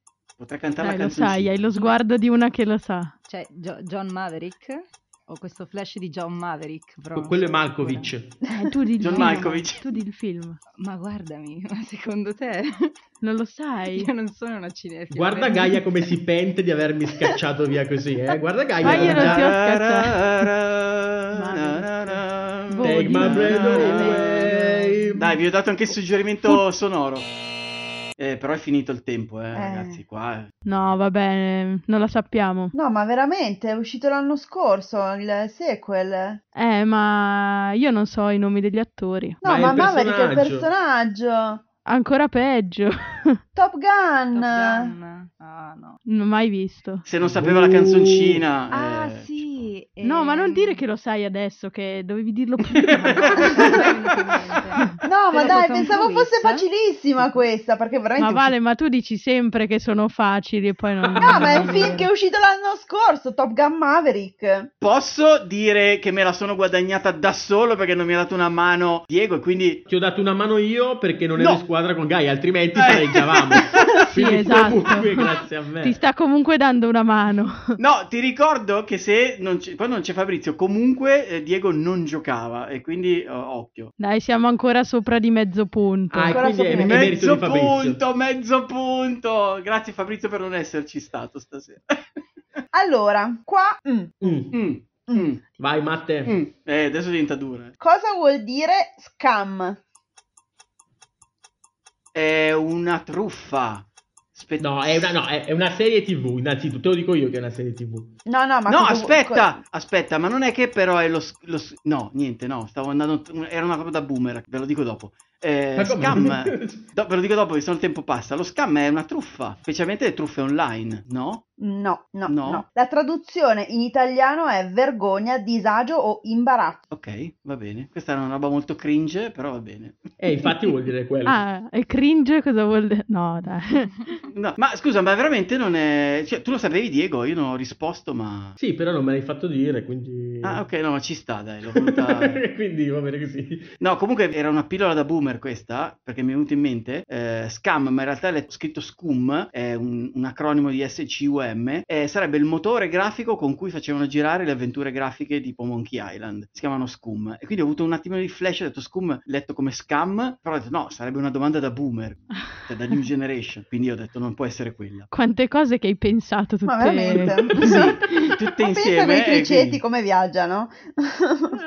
Speaker 4: Potrei cantare
Speaker 7: Dai,
Speaker 4: la
Speaker 7: Eh, lo
Speaker 4: canzoncina.
Speaker 7: sai, hai lo sguardo di una che lo sa.
Speaker 10: Cioè, Jo- John Maverick? Ho questo flash di John Maverick. però non
Speaker 6: Quello è
Speaker 10: sono sicura.
Speaker 6: Malkovich.
Speaker 7: Eh, tu di il
Speaker 4: John
Speaker 7: film,
Speaker 4: Malkovich.
Speaker 7: Tu di il film.
Speaker 10: Ma guardami, ma secondo te?
Speaker 7: Non lo sai.
Speaker 10: Io non sono una cinefila.
Speaker 6: Guarda
Speaker 10: veramente.
Speaker 6: Gaia come si pente di avermi scacciato via così, eh. Guarda Gaia.
Speaker 7: Ma io non ti ho
Speaker 4: scacciato.
Speaker 6: Take my breath away.
Speaker 4: Dai, vi ho dato anche il suggerimento sonoro. Eh, però è finito il tempo, eh,
Speaker 5: Eh.
Speaker 4: ragazzi. Qua
Speaker 7: No, va bene, non la sappiamo.
Speaker 5: No, ma veramente, è uscito l'anno scorso il sequel.
Speaker 7: Eh, ma io non so i nomi degli attori.
Speaker 5: No,
Speaker 6: Ma è
Speaker 5: ma
Speaker 6: il
Speaker 5: Maverick è il
Speaker 6: personaggio.
Speaker 5: personaggio.
Speaker 7: Ancora peggio.
Speaker 5: Top Gun.
Speaker 10: Top Gun. Ah, no.
Speaker 7: non mai visto.
Speaker 4: se non sapeva la canzoncina,
Speaker 10: Ah,
Speaker 4: eh,
Speaker 10: sì.
Speaker 7: No, ma non
Speaker 10: ehm.
Speaker 7: dire che lo sai adesso, che dovevi dirlo più
Speaker 10: Ah,
Speaker 7: prima.
Speaker 5: No, ma
Speaker 10: Però
Speaker 5: dai,
Speaker 10: Tom
Speaker 5: pensavo
Speaker 10: Cruise?
Speaker 5: fosse facilissima questa, perché veramente...
Speaker 7: ma
Speaker 5: è usci-
Speaker 7: Vale, ma tu dici sempre che sono facili e poi non...
Speaker 5: No, ma è un film che è uscito l'anno scorso, Top Gun Maverick.
Speaker 4: Posso dire che me la sono guadagnata da solo perché non mi ha dato una mano Diego e quindi...
Speaker 6: Ti ho dato una mano io perché non ero
Speaker 4: No.
Speaker 6: in squadra con Gaia, altrimenti
Speaker 4: Eh.
Speaker 6: pareggiavamo.
Speaker 7: Sì,
Speaker 6: Quindi
Speaker 7: esatto.
Speaker 6: comunque, grazie a me.
Speaker 7: Ti sta comunque dando una mano.
Speaker 4: No, ti ricordo che se non c'è, quando non c'è Fabrizio, comunque eh, Diego non giocava e quindi eh, occhio.
Speaker 7: Dai, siamo ancora sopra di mezzo punto.
Speaker 6: Ah, e
Speaker 5: Ancora
Speaker 6: quindi è,
Speaker 5: sopra-
Speaker 6: è merito
Speaker 4: Mezzo
Speaker 6: di Fabrizio.
Speaker 4: punto, mezzo punto. Grazie Fabrizio per non esserci stato stasera.
Speaker 5: ehm. Allora, qua mm,
Speaker 6: Mm.
Speaker 4: Mm, mm,
Speaker 6: Vai Matte.
Speaker 4: mm. Eh, adesso diventa dura. eh.
Speaker 5: cosa vuol dire scam?
Speaker 4: È una truffa. Aspetta.
Speaker 6: No, è una, no, è- è una serie TV, innanzitutto, te lo dico io che è una serie TV.
Speaker 5: No, no, ma...
Speaker 4: No,
Speaker 5: cosa vu-
Speaker 4: aspetta,
Speaker 5: co-
Speaker 4: aspetta, ma non è che però è lo, s- lo s- No, niente, no, stavo andando... Era una roba da boomerang, ve lo dico dopo. Eh,
Speaker 6: Ma come?
Speaker 4: scam, do- ve lo dico dopo, che se no il tempo passa. Lo scam è una truffa, specialmente le truffe online, no?
Speaker 5: No, no,
Speaker 4: No.
Speaker 5: no, La traduzione in italiano è vergogna, disagio o imbarazzo.
Speaker 4: Ok, va bene. Questa era una roba molto cringe, però va bene.
Speaker 6: Eh, infatti vuol dire quello.
Speaker 7: Ah, e cringe cosa vuol dire? No, dai.
Speaker 4: No, ma scusa, ma veramente non è... Cioè, tu lo sapevi Diego? Io non ho risposto, ma...
Speaker 6: Sì, però non me l'hai fatto dire, quindi...
Speaker 4: Ah, ok, no, ma ci sta, dai, l'ho voluta...
Speaker 6: quindi va bene così.
Speaker 4: No, comunque era una pillola da boomer questa, perché mi è venuta in mente. eh, scam, ma in realtà è scritto SCUM, è un, un acronimo di SCUM, eh, sarebbe il motore grafico con cui facevano girare le avventure grafiche tipo Monkey Island. Si chiamano SCUM. E quindi ho avuto un attimo di flash, ho detto SCUM, letto come scam, però ho detto no, sarebbe una domanda da boomer, cioè da New Generation. Quindi ho detto non può essere quella.
Speaker 7: Quante cose che hai pensato tutte.
Speaker 5: Ma veramente?
Speaker 4: Sì,
Speaker 5: Ma
Speaker 4: tutte
Speaker 5: pensa
Speaker 4: insieme.
Speaker 5: quei
Speaker 4: eh,
Speaker 5: criceti
Speaker 4: quindi-
Speaker 5: come viaggiano.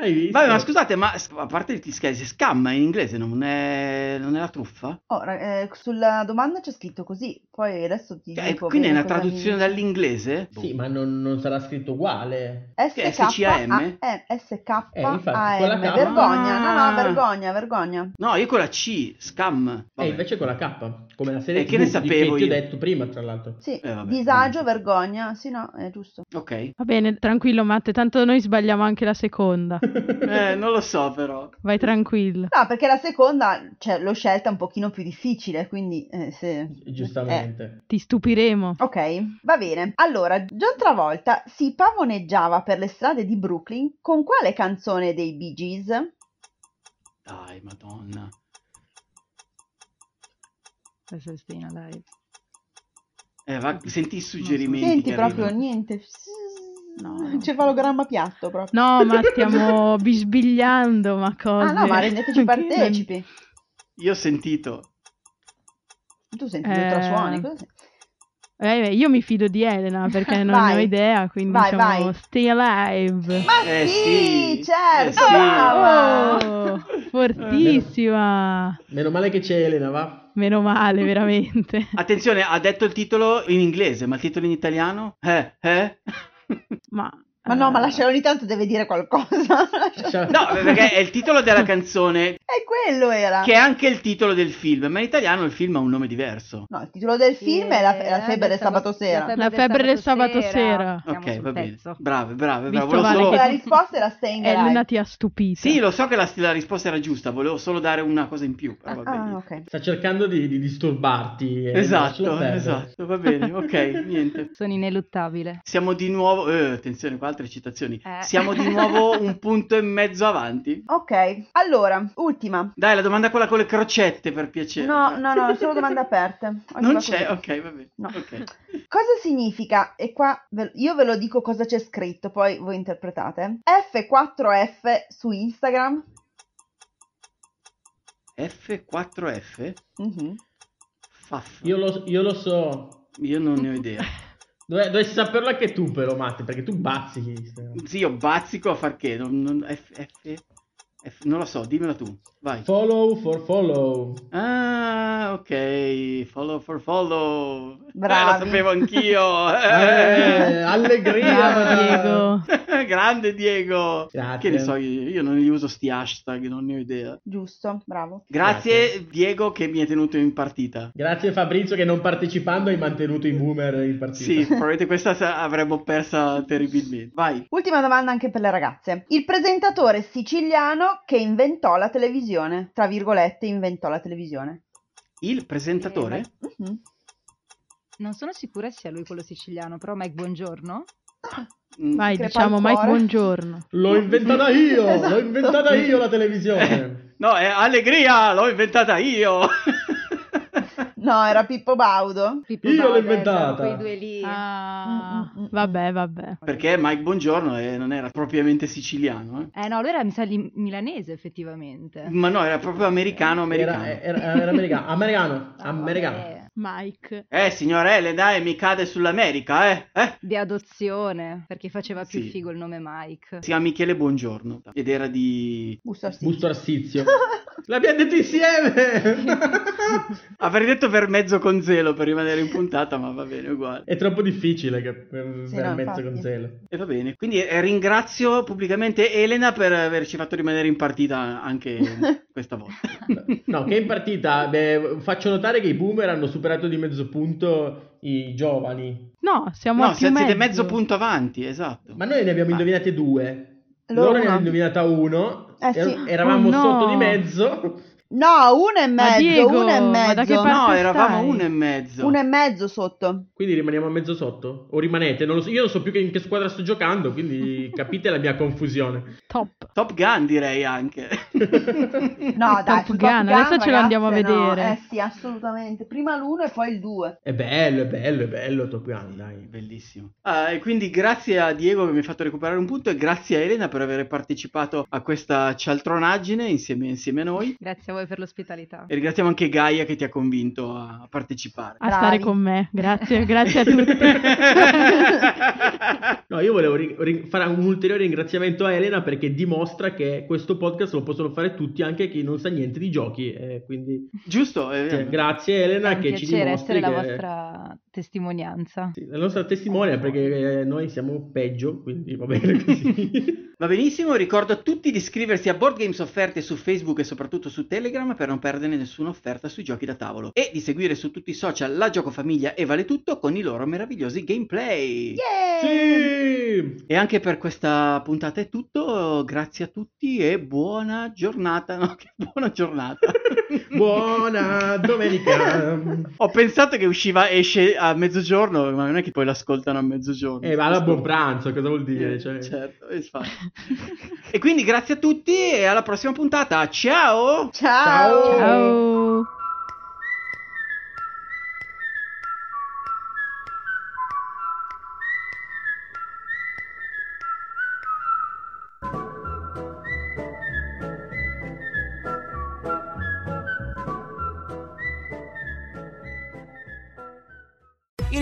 Speaker 6: Hai visto?
Speaker 4: Vabbè, ma scusate, ma s- a parte gli scherzi, scam in inglese non è è, non è la truffa?
Speaker 5: Oh, ra- eh, sulla domanda c'è scritto così, poi adesso ti
Speaker 4: Eh,
Speaker 5: dico
Speaker 4: quindi è
Speaker 5: bene
Speaker 4: una
Speaker 5: cosa
Speaker 4: traduzione
Speaker 5: mi-
Speaker 4: dall'inglese?
Speaker 6: Sì, ma non, non sarà scritto uguale.
Speaker 4: Che è
Speaker 5: SKAM?
Speaker 4: SCAM?
Speaker 5: Eh, SKAM,
Speaker 6: Eh, infatti, con la K.
Speaker 5: vergogna, no,
Speaker 4: Ah.
Speaker 5: no, vergogna, vergogna.
Speaker 4: No, io con la C,
Speaker 5: Eh,
Speaker 4: scam.
Speaker 6: E
Speaker 4: Vabbè.
Speaker 6: Eh, invece con la K, come la serie
Speaker 4: Eh,
Speaker 6: TV,
Speaker 4: che ne
Speaker 6: di
Speaker 4: sapevo
Speaker 6: che ti ho
Speaker 4: io?
Speaker 6: detto prima, tra l'altro.
Speaker 5: Sì,
Speaker 4: Eh, vabbè.
Speaker 5: disagio, vergogna, sì, no, è giusto.
Speaker 4: Ok. Eh,
Speaker 7: Va bene, tranquillo Matte, tanto noi sbagliamo anche la seconda.
Speaker 4: Eh, non lo so però.
Speaker 7: Vai tranquillo.
Speaker 5: No, perché la seconda, cioè, l'ho scelta un pochino più difficile, quindi eh, se...
Speaker 6: Giustamente.
Speaker 7: Ti stupiremo.
Speaker 5: Eh, ok, va bene. Allora, John Travolta si pavoneggiava per le strade di Brooklyn con quale canzone dei Bee Gees?
Speaker 4: Dai, madonna.
Speaker 10: La sestina, dai.
Speaker 4: Eh, va- senti i suggerimenti.
Speaker 5: Senti
Speaker 4: che
Speaker 5: proprio
Speaker 4: arrivano.
Speaker 5: niente.
Speaker 10: No.
Speaker 5: Cefalogramma piatto proprio.
Speaker 7: No, ma stiamo bisbigliando, ma cosa?
Speaker 5: Ah no, ma rendeteci partecipi.
Speaker 4: Io ho sentito.
Speaker 5: Tu senti gli ultrasuoni,
Speaker 7: Eh,
Speaker 5: cosa sei?
Speaker 7: io mi fido di Elena perché non
Speaker 5: Vai.
Speaker 7: ne ho idea, quindi
Speaker 5: Vai,
Speaker 7: diciamo
Speaker 5: vai.
Speaker 7: stay alive.
Speaker 5: Ma
Speaker 4: Eh,
Speaker 5: sì,
Speaker 4: sì.
Speaker 5: certo,
Speaker 4: Eh, sì.
Speaker 5: brava!
Speaker 7: Oh, fortissima.
Speaker 6: Meno male che c'è Elena, va?
Speaker 7: Meno male, veramente.
Speaker 4: Attenzione, ha detto il titolo in inglese, ma il titolo in italiano? Eh, eh?
Speaker 7: Ma,
Speaker 5: Ma no, ma
Speaker 7: eh,
Speaker 5: lascia ogni tanto deve dire qualcosa.
Speaker 6: Ciao.
Speaker 4: No, eh. perché è il titolo della canzone,
Speaker 5: E quello era.
Speaker 4: che è anche il titolo del film, ma in italiano il film ha un nome diverso.
Speaker 5: No, il titolo del film è La, è la
Speaker 10: Eh,
Speaker 5: febbre del
Speaker 10: del
Speaker 5: sabato
Speaker 10: sabato-
Speaker 5: sera.
Speaker 10: la
Speaker 7: La febbre del sabato sera.
Speaker 10: Siamo
Speaker 4: ok,
Speaker 10: sul
Speaker 4: va bene.
Speaker 10: pezzo.
Speaker 4: Brave, brave, brave.
Speaker 7: Visto,
Speaker 4: Volevo
Speaker 7: Vale,
Speaker 4: solo-
Speaker 7: che-
Speaker 5: Ecco, La risposta era Staying
Speaker 7: Elena
Speaker 5: Alive.
Speaker 7: ti ha stupito.
Speaker 4: Sì, lo so che la, la risposta era giusta, volevo solo dare una cosa in più. Però va bene.
Speaker 5: Ah, ok.
Speaker 6: Sta cercando di, di disturbarti. Elena, lasciala
Speaker 4: Esatto,
Speaker 6: perdere.
Speaker 4: esatto, va bene, ok, niente.
Speaker 10: Sono ineluttabile.
Speaker 4: Siamo di nuovo, eh, attenzione qua altre citazioni,
Speaker 10: Eh.
Speaker 4: siamo di nuovo un punto e mezzo avanti.
Speaker 5: Ah, Ok, allora, ultima.
Speaker 4: Dai, la domanda quella con le crocette, per piacere.
Speaker 5: No,
Speaker 4: dai.
Speaker 5: no, no, solo domande aperte. Oggi
Speaker 4: Non
Speaker 5: va
Speaker 4: c'è,
Speaker 5: così.
Speaker 4: ok, va bene.
Speaker 5: No.
Speaker 4: ok.
Speaker 5: Cosa significa, e qua ve- io ve lo dico cosa c'è scritto, poi voi interpretate. F4F su Instagram?
Speaker 4: F4F?
Speaker 5: Mhm.
Speaker 4: Faffa.
Speaker 6: Io
Speaker 4: Io,
Speaker 6: lo, io lo so.
Speaker 4: non ne ho idea.
Speaker 6: Dove- dovresti saperlo anche tu, però, Matte, perché tu bazzichi.
Speaker 4: Sì, io bazzico a far che. Non, non- F, F- F- non lo so, dimmela tu. Vai.
Speaker 6: Follow for follow.
Speaker 4: ah, ok. Follow for follow. Eh,
Speaker 5: Bravi.
Speaker 4: lo sapevo anch'io.
Speaker 6: Eh, allegria.
Speaker 7: Bravo Diego.
Speaker 4: Grande Diego.
Speaker 6: Grazie.
Speaker 4: Che ne so, io io non li uso sti hashtag, non ne ho idea.
Speaker 5: Giusto, bravo.
Speaker 4: Grazie, Diego che mi hai tenuto in partita.
Speaker 6: Grazie Fabrizio che non partecipando hai mantenuto i boomer in partita.
Speaker 4: Sì, probabilmente questa sa- avremmo persa terribilmente. Vai.
Speaker 5: Ultima domanda anche per le ragazze. Il presentatore siciliano che inventò la televisione, tra virgolette, inventò la televisione.
Speaker 4: Il presentatore?
Speaker 5: Mhm.
Speaker 10: Non sono sicura sia lui quello siciliano, però Mike, buongiorno.
Speaker 4: Mm.
Speaker 7: Vai,
Speaker 5: Crepa
Speaker 7: diciamo
Speaker 5: al
Speaker 7: Mike
Speaker 5: cuore.
Speaker 7: buongiorno.
Speaker 6: L'ho inventata io,
Speaker 5: Esatto.
Speaker 6: l'ho inventata io la televisione.
Speaker 4: No, è allegria, l'ho inventata io.
Speaker 5: No, era Pippo Baudo.
Speaker 10: Pippo
Speaker 6: Io l'ho
Speaker 10: Bauer,
Speaker 6: inventata.
Speaker 10: erano Quei due lì.
Speaker 7: Ah,
Speaker 5: Mm, mm, mm, mm.
Speaker 7: vabbè, vabbè.
Speaker 4: Perché Mike Buongiorno eh, non era propriamente siciliano, eh.
Speaker 10: Eh no, lui era mi sa li- milanese effettivamente.
Speaker 4: ma no, era proprio americano-americano.
Speaker 6: Era, era- era americano, americano,
Speaker 10: Ah,
Speaker 6: americano.
Speaker 10: vabbè.
Speaker 7: Mike.
Speaker 4: Eh, signorelle, dai, mi cade sull'America, eh. eh.
Speaker 10: Di adozione, perché faceva più
Speaker 4: Sì.
Speaker 10: figo il nome Mike.
Speaker 4: Si chiama Michele Buongiorno ed era di...
Speaker 5: Gusto al
Speaker 6: Busto arsizio. L'abbiamo detto insieme.
Speaker 4: Avrei detto per mezzo con zelo per rimanere in puntata, ma va bene, uguale.
Speaker 6: È troppo difficile che per,
Speaker 5: Sì,
Speaker 6: per
Speaker 5: no,
Speaker 6: mezzo
Speaker 5: infatti.
Speaker 6: con zelo.
Speaker 4: E va bene, quindi eh, ringrazio pubblicamente Elena per averci fatto rimanere in partita anche questa volta.
Speaker 6: No, che in partita beh, faccio notare che i boomer hanno superato di mezzo punto i giovani.
Speaker 7: No, siamo
Speaker 4: no,
Speaker 7: a più
Speaker 4: se- siete
Speaker 7: mezzo.
Speaker 4: mezzo punto avanti, esatto.
Speaker 6: Ma noi ne abbiamo indovinate due. Loro,
Speaker 5: Ah. Loro
Speaker 6: ne
Speaker 5: uno.
Speaker 6: hanno indovinata uno.
Speaker 5: Eh, sì.
Speaker 6: er- Eravamo
Speaker 7: Oh, no.
Speaker 6: sotto di mezzo.
Speaker 5: No, uno e
Speaker 7: Ma
Speaker 5: mezzo,
Speaker 7: Diego,
Speaker 5: uno e
Speaker 7: ma da che
Speaker 5: mezzo.
Speaker 7: parte
Speaker 4: No, eravamo
Speaker 7: stai?
Speaker 4: uno e mezzo.
Speaker 5: Uno e mezzo sotto.
Speaker 6: Quindi rimaniamo a mezzo sotto? O rimanete? Non lo so. Io non so più che in che squadra sto giocando, quindi capite la mia confusione.
Speaker 7: Top.
Speaker 4: Top Gun direi anche.
Speaker 5: No, dai,
Speaker 7: Top
Speaker 5: su
Speaker 7: Gun, adesso ce lo andiamo a
Speaker 5: ragazze, no.
Speaker 7: vedere.
Speaker 5: Eh sì, assolutamente. Prima l'uno e poi il due.
Speaker 6: È bello, è bello, è bello Top Gun, dai.
Speaker 4: Bellissimo. Ah, e quindi grazie a Diego che mi ha fatto recuperare un punto e grazie a Elena per aver partecipato a questa cialtronaggine insieme, insieme a noi.
Speaker 10: Grazie a voi per l'ospitalità.
Speaker 4: E ringraziamo anche Gaia che ti ha convinto a a partecipare.
Speaker 7: a stare con me. Grazie, grazie a tutti.
Speaker 6: No, io volevo ri- ri- fare un ulteriore ringraziamento a Elena perché dimostra che questo podcast lo possono fare tutti, anche chi non sa niente di giochi. eh, quindi
Speaker 4: Giusto, è
Speaker 6: eh,
Speaker 4: vero.
Speaker 6: grazie Elena
Speaker 10: È un
Speaker 6: che ci
Speaker 10: piacere
Speaker 6: dimostri
Speaker 10: essere la
Speaker 6: che-
Speaker 10: vostra testimonianza.
Speaker 6: sì, la nostra testimone perché eh, noi siamo peggio, quindi va bene così.
Speaker 4: Va benissimo, ricordo a tutti di iscriversi a Board Games Offerte su Facebook e soprattutto su Telegram per non perdere nessuna offerta sui giochi da tavolo e di seguire su tutti i social la Giocofamiglia e Vale Tutto con i loro meravigliosi gameplay.
Speaker 6: sì!
Speaker 4: E anche per questa puntata è tutto, grazie a tutti e buona giornata, no, che buona giornata.
Speaker 6: Buona domenica!
Speaker 4: Ho pensato che usciva, esce a mezzogiorno, ma non è che poi l'ascoltano a mezzogiorno.
Speaker 6: E va alla Eh, buon pranzo, cosa vuol dire?
Speaker 4: Eh,
Speaker 6: Cioè-
Speaker 4: certo, infatti. e quindi grazie a tutti e alla prossima puntata. Ciao!
Speaker 5: Ciao!
Speaker 7: Ciao.
Speaker 11: It